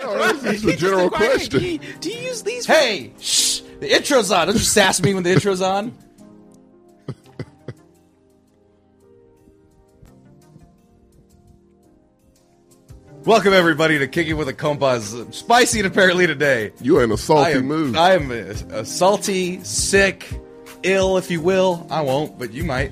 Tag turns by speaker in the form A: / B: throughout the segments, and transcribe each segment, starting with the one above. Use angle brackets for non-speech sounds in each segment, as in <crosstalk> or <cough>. A: No, this is a general
B: Do
A: question.
B: you, do you use these? for-
C: Hey, shh, the intro's on. Don't you sass me when the intro's on. Welcome everybody to Kicking with a Compass. Spicy and apparently today.
A: You in a
C: I
A: salty
C: am,
A: mood.
C: I am a, a salty, sick, ill, if you will. I won't, but you might.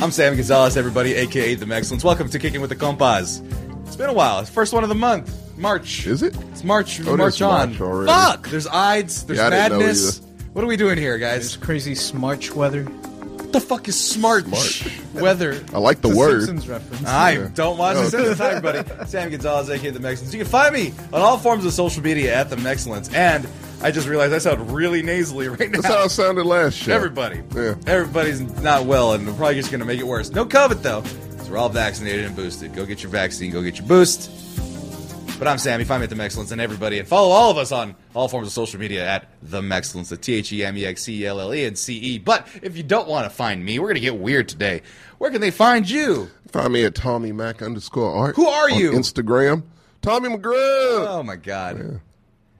C: I'm Sam Gonzalez, everybody, aka The Excellence. Welcome to Kicking with the Compass. It's been a while. It's first one of the month, March.
A: is it?
C: It's March.
A: Oh, it
C: March
A: is
C: on.
A: March already.
C: Fuck. There's Ides. There's
A: Yeah, I didn't know
C: madness.
A: either.
C: What are we doing here, guys?
D: This crazy smarch weather.
C: What the fuck is smart?
D: Weather.
A: I like the
D: It's a
A: word.
D: Simpsons reference.
C: I
A: Yeah.
C: don't watch
A: Oh,
C: this
A: okay.
C: at the time,
A: <laughs>
C: buddy. Sam Gonzalez, aka The Mexicans. You can find me on all forms of social media at The Mexcellence. And I just realized I sound really nasally right now.
A: That's how it sounded last show.
C: Everybody.
A: Yeah.
C: Everybody's not well, and we're probably just going to make it worse. No COVID, though. So we're all vaccinated and boosted. Go get your vaccine. Go get your boost. But I'm Sammy. Find me at The Mexcellence and everybody. And follow all of us on all forms of social media at The Mexcellence, the E T-H-E-M-E-X-C-E-L-L-E and C-E. But if you don't want to find me, we're going to get weird today. Where can they find you?
A: Find me at Tommy Mac underscore art.
C: Who are
A: on
C: you?
A: Instagram. Tommy McGrew.
C: Oh, my God.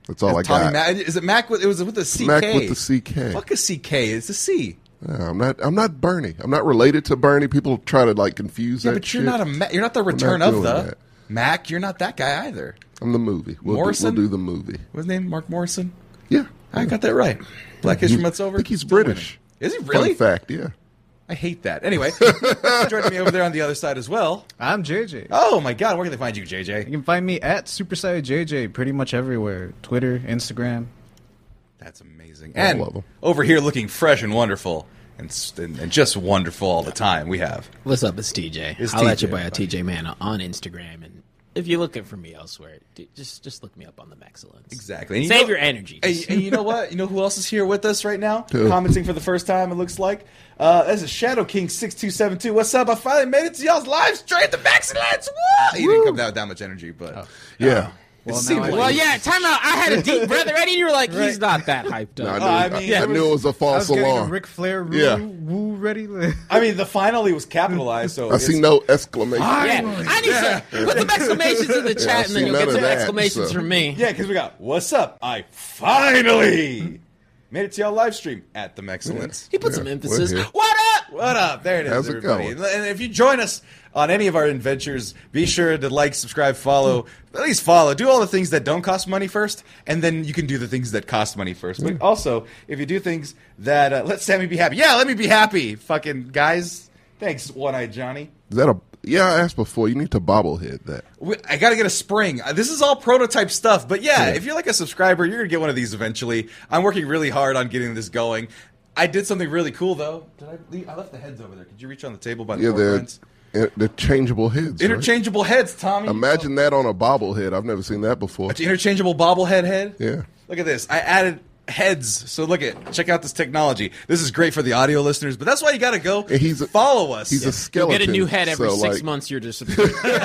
A: That's all I got.
C: Tommy Mac. Is it Mac with, it was with a CK.
A: Oh Mac with the CK.
C: Fuck a CK. It's a C.
A: Yeah, I'm not. I'm not Bernie. I'm not related to Bernie. People try to like confuse
C: Yeah,
A: that.
C: but you're
A: shit.
C: not a Ma- you're not the return of
A: doing
C: the
A: that.
C: Mac. You're not that guy either.
A: I'm the movie. We'll do,
C: Morrison?
A: we'll do the movie.
C: What's his name? Mark Morrison.
A: Yeah.
C: I got that right. Black History Month's over.
A: I think he's
C: Still winning.
A: British.
C: Is he really?
A: Fun fact. Yeah.
C: I hate that. Anyway, <laughs> joining me over there on the other side as well.
D: I'm JJ.
C: Oh my God, where can they find you, JJ?
D: You can find me at Super Saiyan JJ pretty much everywhere. Twitter, Instagram.
C: That's amazing.
A: I
C: And
A: love 'em.
C: over here, looking fresh and wonderful, and, s- and, and just wonderful all the time. We have.
E: What's up? It's TJ.
C: It's
E: I'll let you
C: TJ,
E: by a
C: everybody.
E: TJ Manna on Instagram, and if you're looking for me elsewhere, d- just just look me up on the Maxillence.
C: Exactly. And you
E: Save
C: know-
E: your energy.
C: And, and you know what? You know who else is here with us right now?
A: Who?
C: Commenting for the first time, it looks like. Uh, that's a Shadow King six two seven two. What's up? I finally made it to y'all's live stream. The Maxilance. Woo! You didn't come down with that much energy, but
A: Yeah.
C: it
D: now
C: seemed
D: I-
C: like.
E: Oh. well, yeah. Time out. I had a deep breath already. and You were like,
D: Right.
E: he's not that hyped
A: I
E: up.
A: knew,
C: Oh, I
A: I,
C: mean-
A: I knew it was a
D: I
A: false
D: was getting a
A: alarm.
D: Ric Flair woo,
A: Yeah.
D: woo ready.
C: I mean, the finally was capitalized, so
A: I
C: it's-
A: see no exclamation.
E: yeah, I need some put some exclamations in the chat,
A: I
E: and then
A: see
E: you'll get
A: none of
E: some
A: that,
E: exclamations
A: so-
E: from me.
C: Yeah, because we got what's up? I finally made it to y'all live stream at the Maxilence.
E: He put
A: Yeah,
E: some
A: we're
E: emphasis.
A: here.
E: What up?
C: What up? There it is,
A: How's it
C: everybody.
A: going?
C: And if you join us on any of our adventures, be sure to like, subscribe, follow. At least follow. Do all the things that don't cost money first, and then you can do the things that cost money first. But also, if you do things that uh, let Sammy be happy, yeah, let me be happy. Fucking guys, thanks, One Eyed Johnny.
A: Is that a? Yeah, I asked before. You need to bobblehead that.
C: We, I gotta get a spring. Uh, This is all prototype stuff, but yeah,
A: Yeah.
C: if you're like a subscriber, you're gonna get one of these eventually. I'm working really hard on getting this going. I did something really cool though. Did I? Leave? I left the heads over there. Could you reach on the table by the
A: Yeah,
C: fork
A: they're
C: lines?
A: eh, they're changeable heads. right?
C: Interchangeable heads, Tommy.
A: Imagine that on a bobblehead. I've never seen that before.
C: It's interchangeable bobblehead head.
A: Yeah.
C: Look at this. I added heads. So look at check out this technology. This is great for the audio listeners, but that's why you got to go
A: And he's a-
C: follow us.
A: He's a
E: You'll
A: skeleton.
E: get a new head every
A: so,
E: six
A: like- <laughs>
E: months. You're just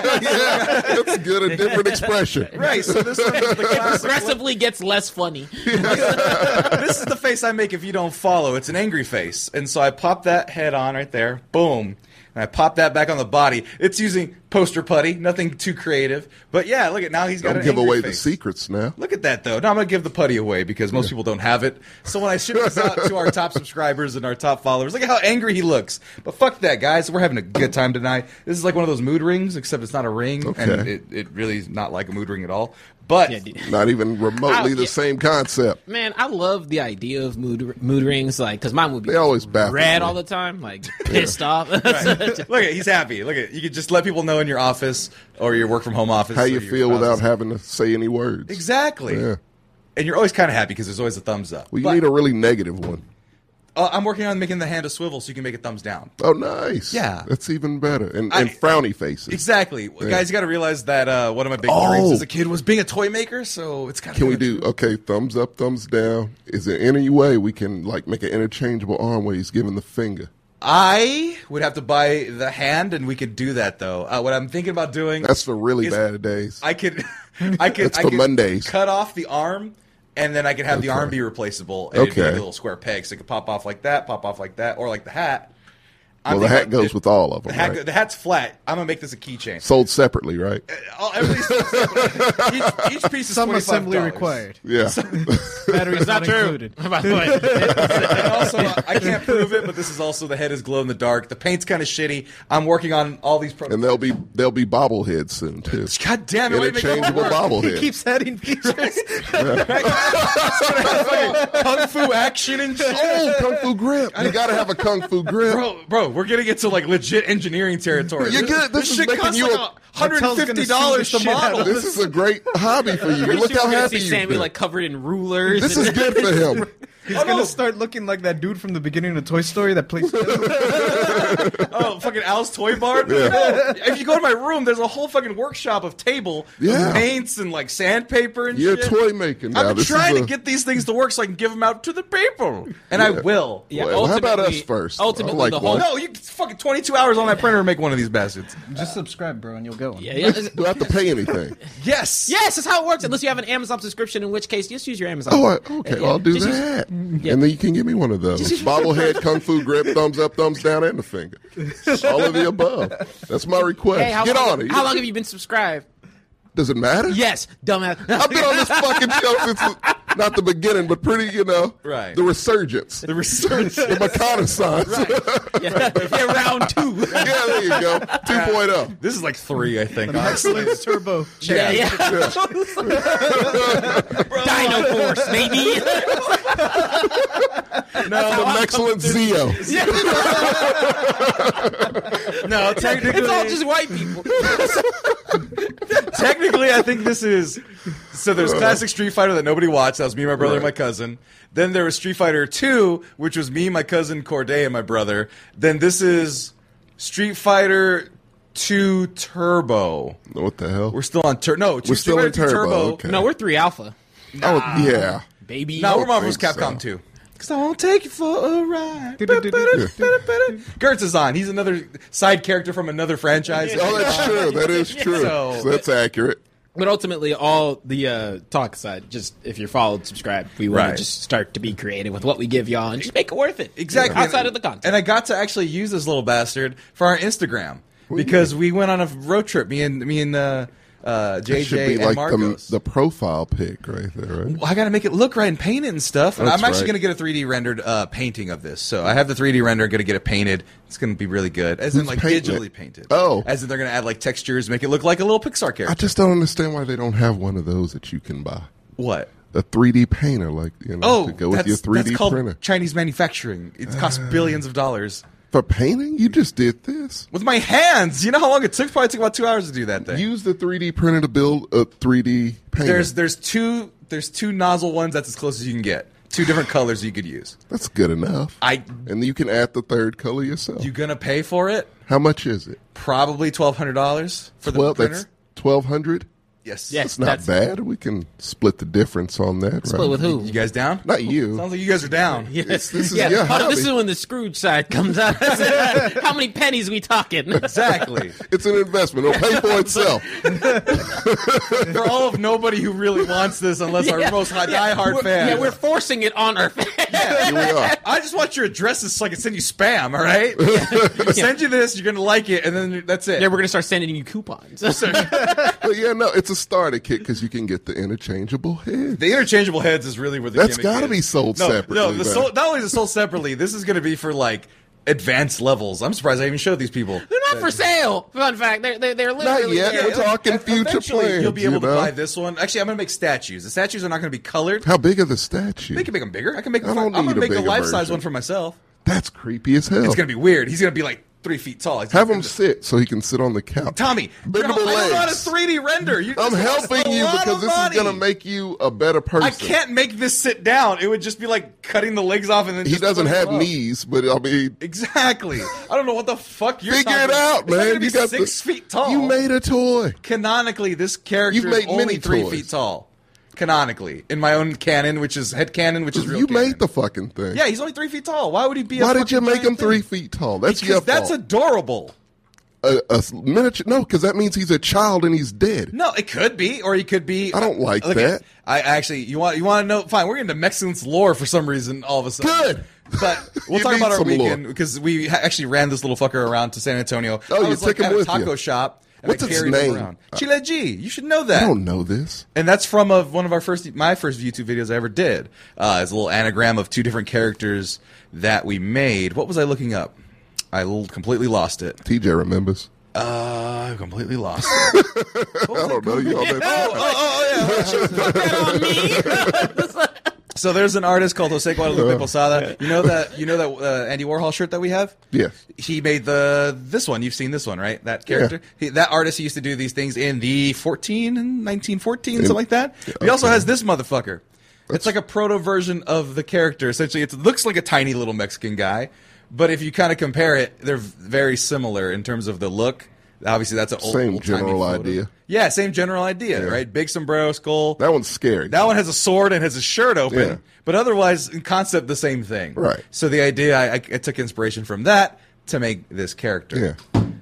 A: yeah, that's good. A
E: <laughs>
A: different expression.
C: right. So this
A: <laughs>
C: one is the classic
E: progressively gets less funny.
C: this is the face I make if you don't follow. It's an angry face. And so I pop that head on right there. Boom. And I pop that back on the body. It's using poster putty. Nothing too creative. But yeah, look at now he's got
A: Don't
C: an
A: give
C: angry
A: away the
C: face.
A: secrets now.
C: Look at that though. Now I'm gonna give the putty away because most people don't have it. So when I ship this out to our top subscribers and our top followers, look at how angry he looks. But fuck that, guys. We're having a good time tonight. This is like one of those mood rings, except it's not a ring, and
A: Okay.
C: it, it really is not like a mood ring at all. But
E: Yeah, dude.
A: Not even remotely
E: Ow,
A: the
E: yeah.
A: same concept.
E: Man, I love the idea of mood mood rings, like because mine would be
A: They always baffle
E: red
A: me.
E: all the time, like pissed off. <laughs>
C: Right. <laughs> Look at he's happy. Look at you can just let people know in your office or your work from home office
A: How
C: or
A: you
C: your
A: feel without
C: spouse's-
A: having to say any words.
C: exactly.
A: Yeah.
C: And you're always kind of happy because there's always a thumbs up.
A: Well, you
C: But,
A: need a really negative one.
C: uh, I'm working on making the hand a swivel so you can make a thumbs down.
A: Oh, nice.
C: Yeah.
A: That's even better. And,
C: I-
A: and frowny faces.
C: Exactly, guys. You got to realize that uh, one of my big
A: Oh.
C: dreams as a kid was being a toy maker. So it's kind of
A: Can we do okay? Thumbs up, thumbs down. Is there any way we can like make an interchangeable arm where he's giving the finger?
C: I would have to buy the hand, and we could do that though. Uh, what I'm thinking about doing
A: That's for really
C: Is-
A: bad days.
C: I could, <laughs> I could,
A: That's
C: I
A: for
C: could
A: Mondays.
C: Cut off the arm, and then I could have the
A: Okay.
C: arm be replaceable. And it'd be like
A: Okay.
C: a little square peg, so it could pop off like that, pop off like that, or like the hat. I
A: well, the
C: think
A: hat goes
C: the-
A: with all of them.
C: The, hat,
A: right?
C: the hat's flat. I'm gonna make this a keychain.
A: Sold separately, right?
C: All- everything's each, each piece is
D: Some
C: $25.
D: assembly required.
A: Yeah.
D: <laughs> Batteries
E: It's not
D: not,
E: true.
D: included.
E: By the way,
C: And also, I can't prove it, but this is also the head is glow in the dark. The paint's kind of shitty. I'm working on all
A: <laughs>
C: these
A: and
C: prototypes.
A: they'll be they'll be bobbleheads soon too.
C: God damn it! why do you make it
A: Interchangeable
C: hard?
A: bobbleheads.
D: adding features.
C: <laughs> Kung Fu action and shit. <laughs>
A: oh, kung fu grip. You gotta have a kung fu grip.
C: Bro, bro, we're getting into like legit engineering territory.
A: You're good. This is
C: shit
A: making
C: costs
A: you
C: like
A: a-
C: hundred and fifty dollars to
D: Mattel's gonna sue the shit out
C: model.
D: of
A: This is a great hobby for you. Look
E: Pretty soon
A: how
E: we're gonna
A: happy
E: see
A: you've
E: Sammy
A: been.
E: like covered in rulers.
A: This
E: and-
A: is good for him.
D: He's
C: Oh,
D: gonna
C: no.
D: start looking like that dude from the beginning of Toy Story that plays.
C: Oh, fucking Al's Toy Bar? No. If you go to my room, there's a whole fucking workshop of table with
A: Yeah.
C: paints and like sandpaper and
A: You're
C: shit.
A: toy making now.
C: I've been
A: This is
C: trying
A: a-
C: to get these things to work so I can give them out to the people. And I will.
E: Yeah,
A: Well, how about
E: ultimately-
A: us first?
E: Ultimately,
A: I like
E: the
A: one.
E: whole.
C: No, you it's fucking 22 hours on that printer to make one of these bastards.
D: Just subscribe, bro, and you'll go.
E: <laughs> Yeah, yeah. <laughs>
A: Do I have to pay anything?
C: Yes.
E: Yes, that's how it works. Unless you have an Amazon subscription, in which case, just use your Amazon.
A: Oh, I, okay. Well, I'll do
E: Just use- Mm,
A: that, and then you can give me one of those bobblehead, kung fu grip, thumbs up, thumbs down, and the finger. All of the above. That's my request.
E: Hey, how
A: Get
E: long,
A: on it.
E: How long have you been subscribed?
A: Does it matter?
E: Yes, <laughs> dumbass.
A: I've been on this fucking show since the- not the beginning, but pretty, you know,
C: Right.
A: the resurgence,
C: The research.
A: the reconnaissance.
E: yeah, yeah, round two.
A: <laughs> yeah, there you go. oh. 2.0.
C: This is like three, I think. honestly.
D: Excellent turbo.
E: <laughs> Yeah, yeah. <laughs> Dino Force, baby. <laughs>
A: Some excellent Zio.
C: No, technically,
E: It's all just white people.
C: technically, I think this is. So there's classic Street Fighter that nobody watched. That was me, my brother, and my
A: Uh. Right.
C: cousin. Then there was Street Fighter Two, which was me, my cousin Corday, and my brother. Then this is Street Fighter Two Turbo.
A: What the hell?
C: We're still on Turbo. No,
A: We're still in Turbo, okay.
E: No, we're three alpha,
A: oh, yeah.
E: baby.
C: No, we're Marvel's
A: think
C: Capcom
A: so.
C: 2. Because I won't take you for a ride. Gertz is on. He's another side character from another franchise.
A: Oh, that's true. That is true.
C: <laughs> So-
A: So that's accurate.
E: But ultimately, all the uh, talk aside, just if you're followed, subscribe. We want
C: Right.
E: to just start to be creative with what we give y'all and just make it worth it.
C: Exactly.
E: Outside of the content.
C: And I got to actually use this little bastard for our Instagram because we went on a road trip. Me and me and uh, uh,
A: It should
C: JJ
A: be
C: and
A: like the,
C: Marcos.
A: the profile pic right there, right?
C: Well, I got to make it look right and paint it and stuff. And
A: That's
C: I'm actually
A: right.
C: going to get a 3D rendered uh, painting of this. So I have the 3D render, going to get it painted. It's going to be really good, as in
A: Who's
C: like
A: painting
C: digitally
A: it?
C: painted.
A: Oh.
C: as in they're going to add like textures, make it look like a little Pixar character.
A: I just don't understand why they don't have one of those that you can buy.
C: what?
A: A 3D painter, like, you know,
C: Oh,
A: to go with
C: that's,
A: your 3D
C: that's called
A: printer. Uh.
C: Chinese manufacturing. It costs billions of dollars.
A: For painting? You just did this.
C: With my hands, you know how long it took? Probably took about two hours to do that thing.
A: Use the 3D printer to build a 3D painting.
C: There's there's two there's two nozzle ones that's as close as you can get. Two different colors you could use.
A: That's good enough.
C: I
A: and you can add the third color yourself.
C: you gonna pay for it?
A: How much is it?
C: Probably twelve hundred dollars for the
A: Well,
C: printer.
A: that's 1200
C: yes.
E: Yes.
A: It's not
E: That's-
A: bad. We can split the difference on that.
E: Split
A: right?
E: with who?
A: <laughs>
C: You guys down?
A: Not you.
C: Sounds like you guys are down.
E: Yeah.
A: It's- this is
E: yeah.
A: your
E: Oh, this
A: hobby.
E: is when the Scrooge side comes out. <laughs> How many pennies
A: <laughs>
E: we talking? <laughs>
C: Exactly.
A: It's an investment. It'll pay
C: <laughs>
A: for itself.
C: For all of nobody who really wants this unless our most high, diehard
E: we're,
C: fans.
E: Yeah, we're forcing it on
A: <laughs>
E: our fans.
A: Here we are.
C: I just want your addresses so I can send you spam, all
E: <laughs>
C: right? Send you this, you're going to like it, and then that's it.
E: <laughs> Yeah, we're gonna start sending you coupons. <laughs>
A: But yeah, no, it's a starter kit because you can get the interchangeable head.
C: The interchangeable heads is really where the
A: That's
C: gimmick
A: gotta
C: is.
A: be sold
C: no, No,
A: separately,
C: the
A: man.
C: sold, not only is it sold separately, this is going to be for like advanced levels. I'm surprised I even showed these people.
E: They're not for sale. Fun fact: they're they're, they're
A: Not
E: literally
A: yet.
E: yeah.
A: We're talking future
C: Eventually,
A: plans.
C: You'll be able
A: you
C: to
A: know?
C: buy this one. Actually, I'm going to make statues. The statues are not going to be colored.
A: How big are the statue?
C: They can make them bigger. I can make.
A: I don't
C: am
A: need
C: going to
A: a
C: make a
A: bigger
C: life size
A: version. Oh.
C: one for myself.
A: That's creepy as hell.
C: It's going to be weird. He's going to be like three feet tall. He's
A: Have
C: gonna-
A: him sit so he can sit on the couch.
C: Tommy, you're gonna-
A: bendable
C: I don't know how to
A: legs.
C: 3D render. You
A: I'm
C: this costs
A: helping
C: a
A: you
C: lot of
A: because this is
C: money.
A: going to make you a better person.
C: I can't make this sit down. It would just be like cutting the legs off and then.
A: He
C: just
A: doesn't
C: putting
A: have
C: them up.
A: knees, but I mean,
C: Exactly. I don't know what the fuck you're.
A: figure it
C: talking-
A: out,
C: It's not
A: man.
C: gonna be
A: you got the-
C: six feet tall.
A: You made a toy.
C: canonically this character
A: You've made
C: is only
A: many
C: three
A: toys.
C: feet tall. Canonically, in my own canon, which is head canon, which is real.
A: You
C: canon.
A: made the fucking thing.
C: Yeah, he's only three feet tall. Why would he be? a
A: Why did
C: fucking
A: you make
C: giant
A: him three
C: thing?
A: feet tall? That's
C: because
A: your
C: that's
A: fault.
C: adorable.
A: A, a s- miniature. No, because that means he's a child and he's dead.
C: No, it could be, or he could be. uh,
A: I don't like
C: Look
A: that.
C: at- I actually, you want you want to know? Fine, we're into Mexican's lore for some reason. All of a sudden,
A: Good. <laughs>
C: But we'll
A: You
C: talk
A: need
C: about our
A: some lore.
C: weekend because we ha- actually ran this little fucker around to San Antonio.
A: Oh,
C: I
A: you
C: was
A: took
C: like
A: him
C: at a
A: with
C: taco
A: you.
C: shop. And
A: What's
C: I
A: its
C: carried
A: name? Uh,
C: Him around. Chile G. You should know that.
A: I don't know this.
C: And that's from a, one of our first, my first YouTube videos I ever did. Uh, it's a little anagram of two different characters that we made. What was I looking up? I l- completely lost it.
A: TJ remembers.
C: Uh, I completely <laughs> lost. It.
A: I don't know you all that.
C: Oh,
A: stuff. <laughs>
C: so there's an artist called Jose
A: Oh.
C: Guadalupe Posada. You know that you know that uh, Andy Warhol shirt that we have.
A: Yes.
C: He made the this one. You've seen this one, right? That character. He, that artist used to do these things in the 14 and 1914, something like that. He also has this motherfucker. it's like a proto version of the character. Essentially, it looks like a tiny little Mexican guy, but if you kind of compare it, they're very similar in terms of the look. Obviously, that's an old
A: Same
C: old-timey
A: general
C: photo.
A: idea.
C: Yeah, same general idea, right? Big sombrero, skull.
A: That one's scary.
C: That one has a sword and has a shirt open,
A: Yeah.
C: but otherwise, in concept, the same thing.
A: Right.
C: So the idea, I, I, I took inspiration from that to make this character.
A: Yeah.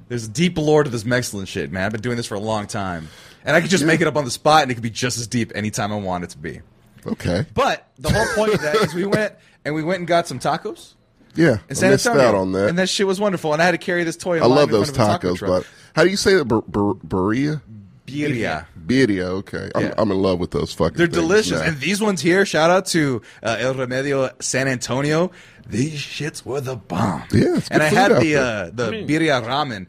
C: There's deep lore to this Mexican shit, man. I've been doing this for a long time, and I could just make it up on the spot, and it could be just as deep anytime I want it to be.
A: Okay.
C: But the whole point of that is we went and we went and got some tacos.
A: Yeah.
C: In
A: I
C: San
A: missed
C: Antonio,
A: out on that.
C: and that shit was wonderful. And I had to carry this toy. In
A: I
C: line
A: love
C: in front
A: those
C: of a taco
A: tacos,
C: truck.
A: but how do you say that? Bur- bur- burria?
C: birria.
A: Birria, okay. I'm,
C: Mm-hmm. Yeah.
A: I'm in love with those fucking
C: They're
A: things
C: delicious.
A: now.
C: And these ones here, shout out to uh, El Remedio San Antonio. These shits were the bomb.
A: Yeah, it's good
C: and I
A: food
C: had
A: out
C: the
A: there.
C: uh, the birria ramen.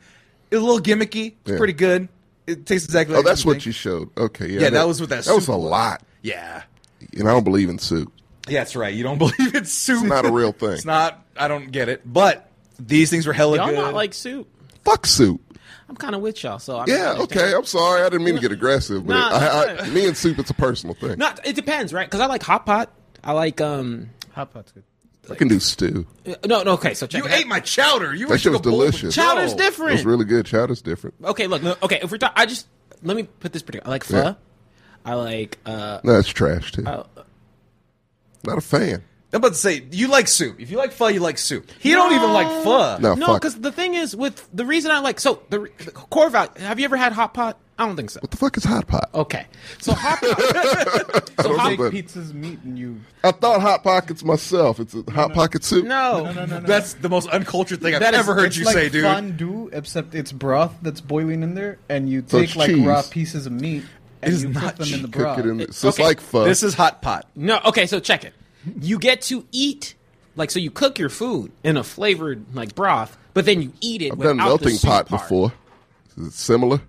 C: It was a little gimmicky. It's
A: Yeah.
C: pretty good. It tastes
A: <laughs>
C: exactly.
A: oh,
C: like
A: that's what
C: think.
A: you showed. Okay. Yeah.
C: Yeah, that was what that
A: That was
C: soup
A: a
C: was.
A: lot.
C: Yeah.
A: And I don't believe in soup.
C: Yeah, that's right. You don't <laughs> believe it's soup.
A: It's not a
C: <laughs>
A: real thing.
C: It's not. I don't get it. But these things were hella
E: <laughs> Y'all
C: good.
E: not like soup.
A: Fuck soup.
E: I'm kind of with y'all, so I don't
A: Yeah.
E: understand.
A: <laughs> Okay. I'm sorry. I didn't mean to get aggressive, but
E: Nah,
A: it- I,
E: that's
A: I,
E: fine.
A: me and soup, it's a personal thing.
E: Not it depends, right? Because I like hot pot. I like um
D: Hot pot's good.
A: I can do stew.
E: no no okay so check
C: you
E: it out.
C: ate my chowder. You were
A: That shit was
C: just a bowl of
A: delicious.
E: chowder's
C: dough.
E: different.
A: It's really good. Chowder's different.
E: Okay, look, look, okay. If we're talking, I just let me put this pretty. I like pho.
A: Yeah.
E: I like uh,
A: No, it's trash too.
C: Oh.
A: Not a fan.
C: I'm about to say you like soup. If you like pho, you like soup. He don't even like pho.
A: No,
E: no,
A: fuck.
E: because the thing is with the reason I like so the, the core value. Have you ever had hot pot? I don't think so.
A: What the fuck is hot pot?
C: Oh.
E: Okay, so
A: <laughs>
E: hot pot. so hot,
A: know that.
D: Pizza's meat and you.
A: I thought hot pockets myself. It's a hot pocket soup.
E: no,
C: That's the most uncultured thing I've
E: That is-
C: ever heard
E: it's
C: you
D: like
C: say, dude.
D: Fondue, except it's broth that's boiling in there, and you
A: So it's
D: take like raw
A: cheese.
D: pieces of meat and
C: is
D: you
C: not
D: put them in the
C: cheese.
A: Cook
D: broth.
A: it in. so it's
E: okay.
A: like pho.
C: This is hot pot.
E: no. Okay, so check it. You get to eat like so. You cook your food in a flavored like broth, but then you eat it.
A: I've
E: without
A: done melting
E: the soup
A: pot
E: part.
A: before. Is it similar?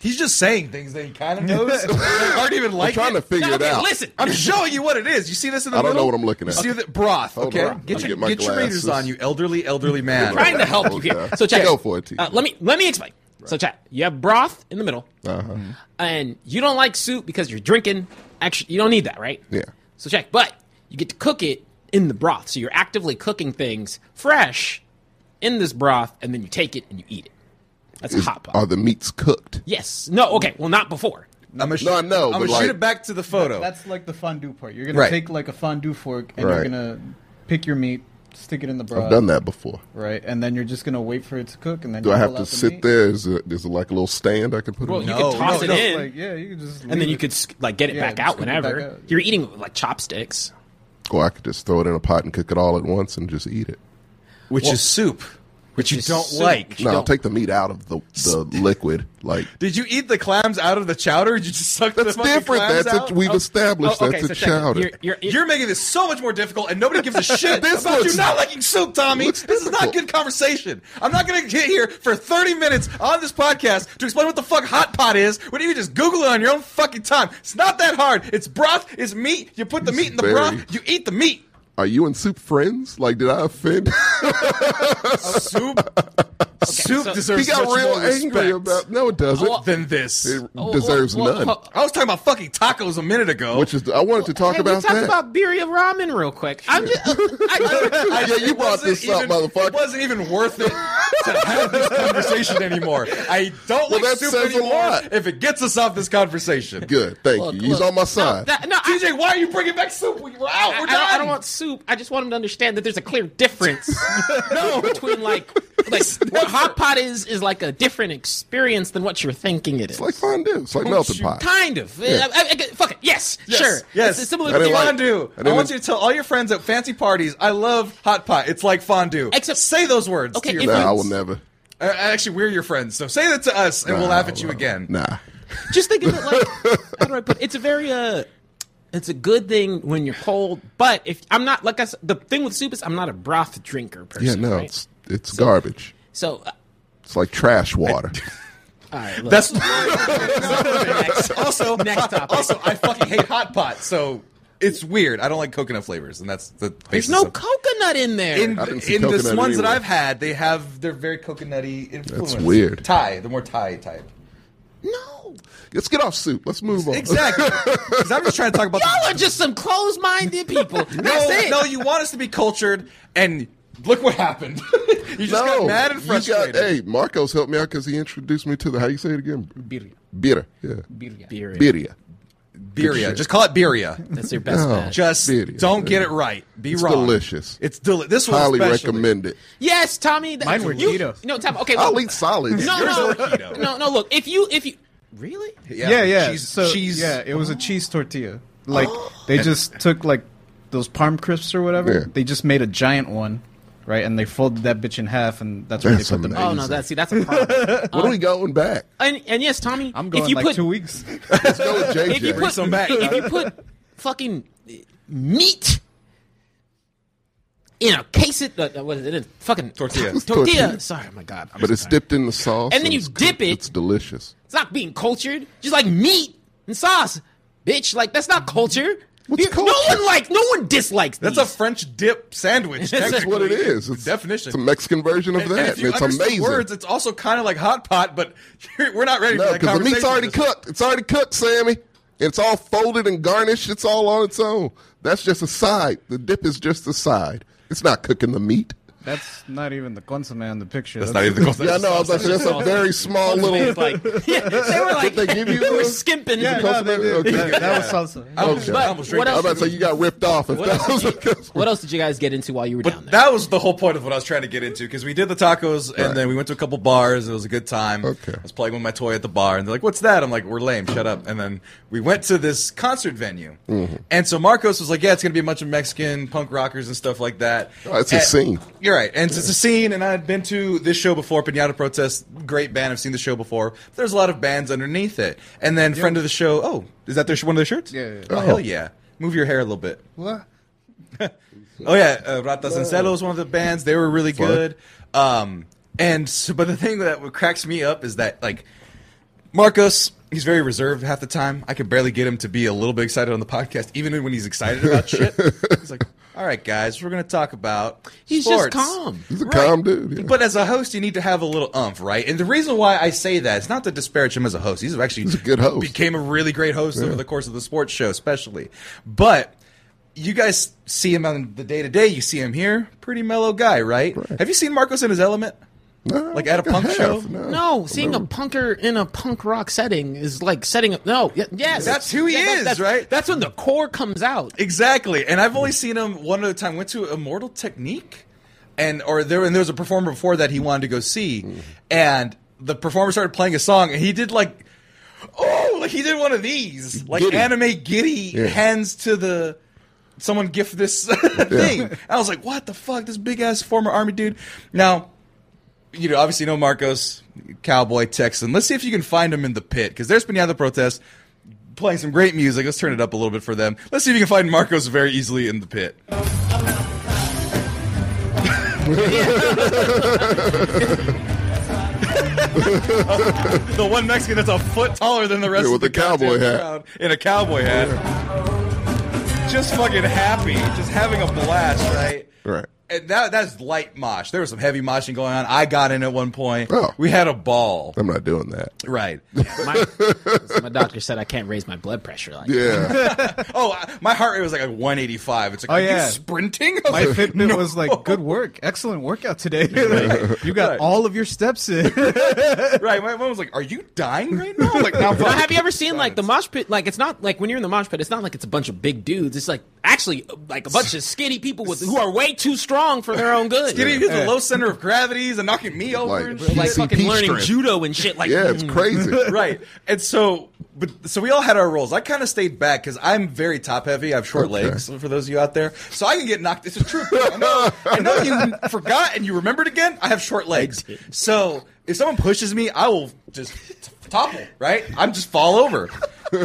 C: He's just saying things that he
A: <laughs>
C: kind of knows. that aren't even like
A: trying to
C: it.
A: figure
E: <laughs> No,
A: it
E: okay,
A: out.
E: listen.
C: I'm showing you what it is. You see this in the
A: I don't
C: middle?
A: know what I'm looking at.
C: You see the broth,
A: Hold
C: okay?
A: on.
C: Get
A: I'll
C: your
A: get my
C: get your
A: glasses.
C: readers on, you
A: <laughs>
C: elderly elderly man.
E: trying to help you here.
A: Okay.
E: So check.
A: Go for it, T.
E: Uh, let me let me explain. So chat. You have broth in the middle,
A: Uh-huh.
E: and you don't like soup because you're drinking. Actually, you don't need that, right?
A: Yeah.
E: So check. But you get to cook it in the broth, so you're actively cooking things fresh in this broth, and then you take it and you eat it. That's
A: Is-
E: hot pot.
A: Are the meats cooked?
E: yes. No. Okay. Well, not before.
C: I'm gonna
A: No, I know,
C: I'm
A: but
C: gonna
A: like-
C: shoot it back to the photo.
D: That's like the fondue part. You're gonna
C: Right.
D: take like a fondue fork and
A: Right.
D: you're gonna pick your meat, stick it in the broth.
A: I've done that before.
D: Right, and then you're just gonna wait for it to cook, and then
A: Do
D: you
A: I have
D: pull
A: to
D: out the
A: sit
D: meat.
A: there? Is there, is there like a little stand I can put
E: Well,
A: it
E: you
A: on?
C: No,
E: can toss
C: no,
E: it
C: no.
E: in,
D: Like, yeah, you can just
E: and then
D: leave
E: you
D: it.
E: could s- like get it
D: Yeah,
E: back
D: just
E: out
D: cook it back
E: whenever
D: out.
E: you're eating it with, like chopsticks.
A: Or I could just throw it in a pot and cook it all at once and just eat it.
C: which is soup. Which you
E: is
C: don't
E: soup.
C: like.
E: You
A: No, I'll
E: don't-
A: take the meat out of the, the
E: <laughs>
A: liquid. Like
C: Did you eat the clams out of the chowder? Did you just suck
A: that's
C: the fucking
A: different.
C: clams
A: That's
C: out?
A: a, we've established
E: Oh, okay,
A: that's
E: so
A: a
E: check it.
A: chowder.
E: You're- you're-
C: You're making this so much more difficult, and nobody gives a shit
A: <laughs> This
C: about
A: looks-
C: you not liking soup, Tommy.
A: looks
C: This is not
A: difficult.
C: good conversation. I'm not going to get here for 30 minutes on this podcast to explain what the fuck hot pot is. When you can just Google it on your own fucking time, it's not that hard. It's broth, it's meat. You put the meat in the
A: very-
C: broth, you eat
A: <laughs>
C: the meat.
A: Are you and soup friends? Like, did I offend? <laughs>
C: Soup, <laughs> soup
E: so-
C: deserves
A: he got
C: much
A: real
C: more
A: angry
C: respect
A: about. No, it doesn't.
E: Well,
C: than this.
A: it
E: Oh,
A: deserves
E: well, well,
A: none.
E: well,
C: I was talking about fucking tacos a minute ago.
A: which is, I wanted to talk
E: Hey,
A: about
E: we talked
A: that.
E: about birria ramen real quick. I'm just, <laughs> I,
C: I-
A: Yeah, you
C: it
A: brought
C: wasn't
A: this up,
C: even-
A: motherfucker.
C: It wasn't even worth it to have this conversation anymore. I
A: Well,
C: don't like
A: that
C: soup
A: says a
C: anymore
A: lot.
C: if it gets us off this conversation.
A: Good, thank you. He's on my side.
E: that, no, I,
C: TJ, why are you bringing back soup? We're out.
E: I,
C: We're done.
E: I
A: <laughs>
E: don't, I don't want soup. I just want him to understand that there's a clear difference
C: No.
E: <laughs> between like Like what hot pot is is like a different experience than what you're thinking it is.
A: It's like fondue. It's like melting pot.
E: Kind of.
A: Yeah.
E: I- I- I- fuck it. Yes. Sure.
C: Yes.
E: It's, it's similar
A: I
E: to
A: didn't like-
C: fondue.
A: I
C: I,
A: didn't-
C: want you to tell all your friends at fancy parties. I love hot pot. It's like fondue.
E: Except-
C: say those words.
E: Okay,
C: to your
E: if
A: Nah,
C: friends.
A: I will never.
C: Uh, actually, we're your friends, so say that to us, and we'll
A: Nah,
C: laugh at you
A: nah,
C: again.
A: Nah.
E: just think of
A: <laughs>
E: it like how do I put? It's a very uh, it's a good thing when you're cold. But if I'm not like I s- the thing with soup is I'm not a broth drinker person.
A: Yeah, no,
E: right?
A: it's it's garbage.
E: so. Uh,
A: It's like trash water.
E: all right, look.
C: That's
E: next.
C: <laughs> also
E: <laughs> Next topic.
C: Also, I fucking hate hot pot, so it's weird. I don't like coconut flavors, and that's the
E: There's
C: basis
E: no
C: of-
E: coconut in there.
C: in,
A: I didn't see
C: in the ones
A: coconut
C: that
A: anywhere.
C: I've had, they have they're very coconutty influence.
A: weird.
C: Thai, the more Thai type.
E: no.
A: Let's get off soup. Let's move on.
C: Exactly. <laughs> Because I'm just trying to talk about.
E: Y'all
C: the-
E: are just some closed-minded people. That's
C: no,
E: it.
C: no, you want us to be cultured, and look what happened. <laughs> you just got mad and
A: you got-
C: frustrated.
A: hey, Marcos helped me out because he introduced me to the how you say it again?
E: Birria.
A: Bitter. Yeah.
E: Birria.
A: Birria.
C: Birria, just call it birria.
E: That's your best
A: No.
E: match.
A: <laughs>
C: Just
A: Birria.
C: don't get it right. Be
A: It's
C: wrong.
A: delicious.
C: It's delicious. This one
A: Highly
C: especially.
A: recommend it.
E: Yes, Tommy. That,
D: Mine were
E: you,
D: keto.
E: No, Tommy. Okay,
A: I'll
E: look.
A: eat solids.
E: No,
C: Yours
E: no,
C: were keto.
E: no, no. Look, if you, if you, really,
D: Yeah, yeah.
C: Cheese,
D: so
C: cheese.
D: yeah, it was a
A: <gasps>
D: cheese tortilla. Like they just took like those Parm crisps or whatever.
A: Yeah.
D: They just made a giant one, right? And they folded that bitch in half, and that's,
A: That's
D: where they put the.
A: amazing.
E: oh no, that's see, that's a problem.
A: <laughs> What are we going back?
E: and, and yes, Tommy.
D: I'm going
E: if you
D: like
E: put,
D: two
E: <laughs>
D: weeks.
A: Let's go
C: <laughs>
A: with JJ.
E: if you put,
C: some back.
E: if you put fucking meat in a quesadilla, uh, what is it? Fucking
C: Tortilla.
E: tortilla.
A: Tortilla.
E: Sorry, oh my god. I'm
A: but
E: so
A: it's
E: sorry.
A: dipped in the sauce.
E: And then you
A: it's
E: dip
A: cooked.
E: it.
A: It's delicious.
E: It's not being cultured. Just like meat and sauce, bitch. Like that's not culture.
A: What's
E: You-
A: culture?
E: No one like. No one dislikes.
C: That's a
E: these.
C: French dip sandwich.
A: <laughs>
E: That's
A: That's what it
C: technically.
A: is. It's
C: definition.
A: It's a Mexican version of
C: And- and
A: that.
C: if you
A: it's
C: understand
A: amazing.
C: Words. It's also kind of like hot pot, but <laughs> we're not ready
A: no,
C: for that
A: because the
C: conversation.
A: meat's already cooked. It's already cooked, Sammy. It's all folded and garnished. It's all on its own. That's just a side. The dip is just a side. It's not cooking the meat.
D: that's not even the consomme on the picture.
C: That's not even
A: <laughs>
C: the
A: Yeah, I know. I was like, that's a very small little.
E: <laughs> yeah, they were like,
A: They give you
E: <laughs> they were
A: those?
D: <laughs>
E: skimping.
D: Yeah, no, they did.
A: Okay.
D: That, that was salsa.
C: I was,
A: Okay.
C: I almost drank
E: What
C: that.
A: I'm
E: else-
A: about to say you got ripped off. If
E: What
A: that
E: else
A: was
E: did you-
A: a-
E: What else did you guys get into while you were down
C: But
E: there?
C: that was the whole point of what I was trying to get into because we did the tacos and then we went to a couple bars. It was a good time.
A: Okay.
C: I was playing with my toy at the bar and they're like, "What's that?" I'm like, "We're lame. Shut up." And then we went to this concert venue, and so Marcos was like, "Yeah, it's gonna be a bunch of Mexican punk rockers and stuff like that."
A: Oh, it's a
C: And-
A: scene.
C: You're right, and it's a scene. And I had been to this show before, Pinata Protest, great band. I've seen the show before. There's a lot of bands underneath it, and then friend of the show. Oh, is that their sh- one of their shirts?
D: Yeah, yeah, yeah.
C: Oh,
A: Oh.
C: hell yeah! Move your hair a little bit.
D: What?
C: Oh yeah, uh, Ratas and Celo is one of the bands. They were really good. Um, and s- but the thing that what cracks me up is that like Marcos, he's very reserved half the time. I can barely get him to be a little bit excited on the podcast, even when he's excited
A: <laughs>
C: about shit. He's like, "All right, guys, we're gonna talk about."
E: He's just
C: sports."
E: calm.
A: He's a
C: Right.
A: calm dude. yeah.
C: But as a host, you need to have a little umph, right? And the reason why I say that is not to disparage him as a host. He's actually
A: He's a good host.
C: Became a really great host over the course of the sports show, especially. But you guys see him on the day to day. You see him here, pretty mellow guy, right? Have you seen Marcos in his element?
A: No, I
C: like at a
A: think Uh, I
C: punk
A: have.
C: show?
A: No,
E: no, seeing a punker in a punk rock setting is like setting up. No, y- yes,
C: That's who he
E: that-
C: is,
E: that's,
C: right?
E: That's when the core comes out.
C: Exactly. And I've only seen him one other time. Went to Immortal Technique, and or there and there was a performer before that he wanted to go see, and the performer started playing a song, and he did like, oh, like he did one of these, like
A: Giddy.
C: anime giddy
A: Yeah.
C: hands to the. Someone gift this <laughs> thing. And I was like, "What the fuck?" This big ass former army dude. Now, you know, obviously, no Marcos, cowboy Texan. Let's see if you can find him in the pit because there's Pinata protest playing some great music. Let's turn it up a little bit for them. Let's see if you can find Marcos very easily in the pit. <laughs> the one Mexican that's a foot taller than the rest
A: Yeah,
C: of
A: with
C: the
A: a cowboy
C: goddamn
A: hat.
C: crowd in a cowboy hat. Just fucking happy, just having a blast, right?
A: Right.
C: And that that's light mosh. There was some heavy moshing going on. I got in at one point.
A: Oh.
C: We had a ball.
A: I'm not doing that.
C: Right.
E: My, my doctor said I can't raise my blood pressure. Like,
A: Yeah.
C: Oh, I- my heart rate was like a 185. It's like,
D: Oh,
C: are
D: yeah.
C: you sprinting? <laughs> I was
D: My
C: like,
D: Fitbit
C: "No."
D: was like, "Good work, excellent workout today. <laughs> you got
C: Right.
D: all of your steps in."
C: Right. My mom was like, are you dying right now? I'm Like, now,
D: <laughs>
E: Now, have you ever seen like the mosh pit? Like, it's not like when you're in the mosh pit, it's not like it's a bunch of big dudes. It's like actually like a bunch of skinny people with who are way too strong for their own good.
C: Getting into the low center of gravities and knocking me over
A: Like,
C: and shit.
E: like
A: PCP
E: fucking learning
A: strength.
E: judo and shit. Like hmm.
A: Yeah, it's crazy.
C: <laughs> right. And so, but so we all had our roles. I kind of stayed back because I'm very top heavy. I have short legs for those of you out there, so I can get knocked. It's a true. I know, I know you <laughs> forgot and you remembered again. I have short legs, so if someone pushes me, I will just t- topple. Right, I'm just fall over.
D: And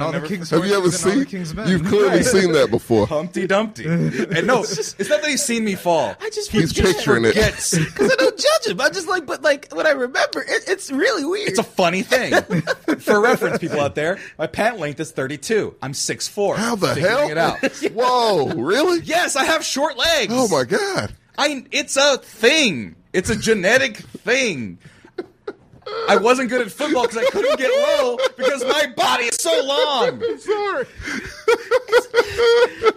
D: all the King's
A: Have you ever
D: Horses and all the
A: seen?
D: King's Men.
A: You've clearly
C: Right.
A: seen that
C: <laughs>
A: before.
E: <laughs>
C: Humpty Dumpty. And no, it's not that he's seen me fall.
E: I just
A: He's
E: forget. <laughs>
A: picturing it.
C: Gets
E: Because I don't judge him. I just like, but like what I remember, it, it's really weird.
C: It's a funny thing. For reference, people out there, my pant length is 32. I'm 6'4.
A: How the
C: Figuring
A: hell?
C: It out.
A: <laughs> Whoa, really?
C: Yes, I have short legs.
A: Oh my god.
C: I, it's a thing. It's a genetic thing. I wasn't good at football because I couldn't get low because my body is so long.
A: Sorry.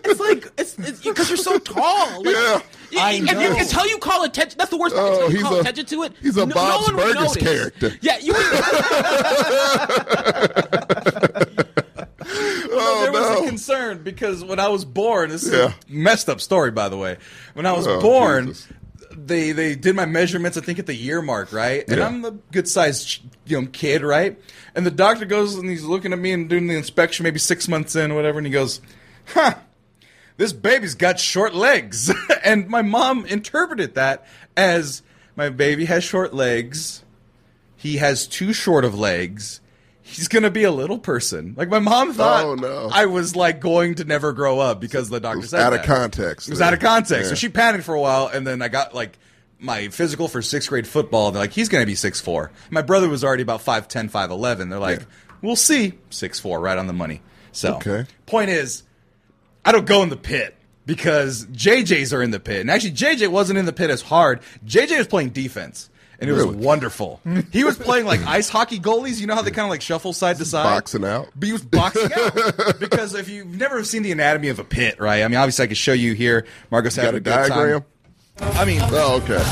E: It's like it's because you're so tall. Like,
A: Yeah.
E: you-
C: I
E: and
C: know.
E: It's how you call attention. That's the worst. part. It's
A: Oh,
E: how you
A: he's
E: call
A: a-
E: attention to it.
A: he's a Bob's
E: one would
A: Burgers
E: notice.
A: character.
E: Yeah, you.
A: <laughs>
C: Well, there was
A: no.
C: a concern because when I was born, this is
A: Yeah.
C: a messed up story, by the way. When I was
A: Oh,
C: born,
A: Jesus.
C: they they did my measurements, I think, at the year mark, right? And
A: Yeah.
C: I'm the good sized you know, kid, right? And the doctor goes and he's looking at me and doing the inspection, maybe six months in, whatever, and he goes, huh. This baby's got short legs. <laughs> and my mom interpreted that as my baby has short legs he has too short of legs. He's gonna be a little person. Like my mom thought
A: Oh, no.
C: I was like going to never grow up because the doctor
A: was
C: said
A: out of
C: that.
A: context
C: It was
A: there.
C: out of context. So
A: Yeah.
C: she panicked for a while, and then I got like my physical for sixth grade football. They're like, he's gonna be six four. My brother was already about 5'10", 5'11". They're like,
A: Yeah.
C: we'll see, six four, right on the money. So
A: Okay.
C: point is, I don't go in the pit because JJ's are in the pit. And actually, JJ wasn't in the pit as hard. JJ was playing defense. And it was
A: Really? <laughs>
C: wonderful. He was playing like ice hockey goalies. You know how they kind of like shuffle side to side,
A: boxing out.
C: But he was boxing
A: <laughs>
C: out because if you've never seen the anatomy of a pit, right? I mean, obviously, I could show you here. Marcos
A: Got
C: had
A: a
C: a good
A: diagram?
C: time. I mean,
A: Oh, okay.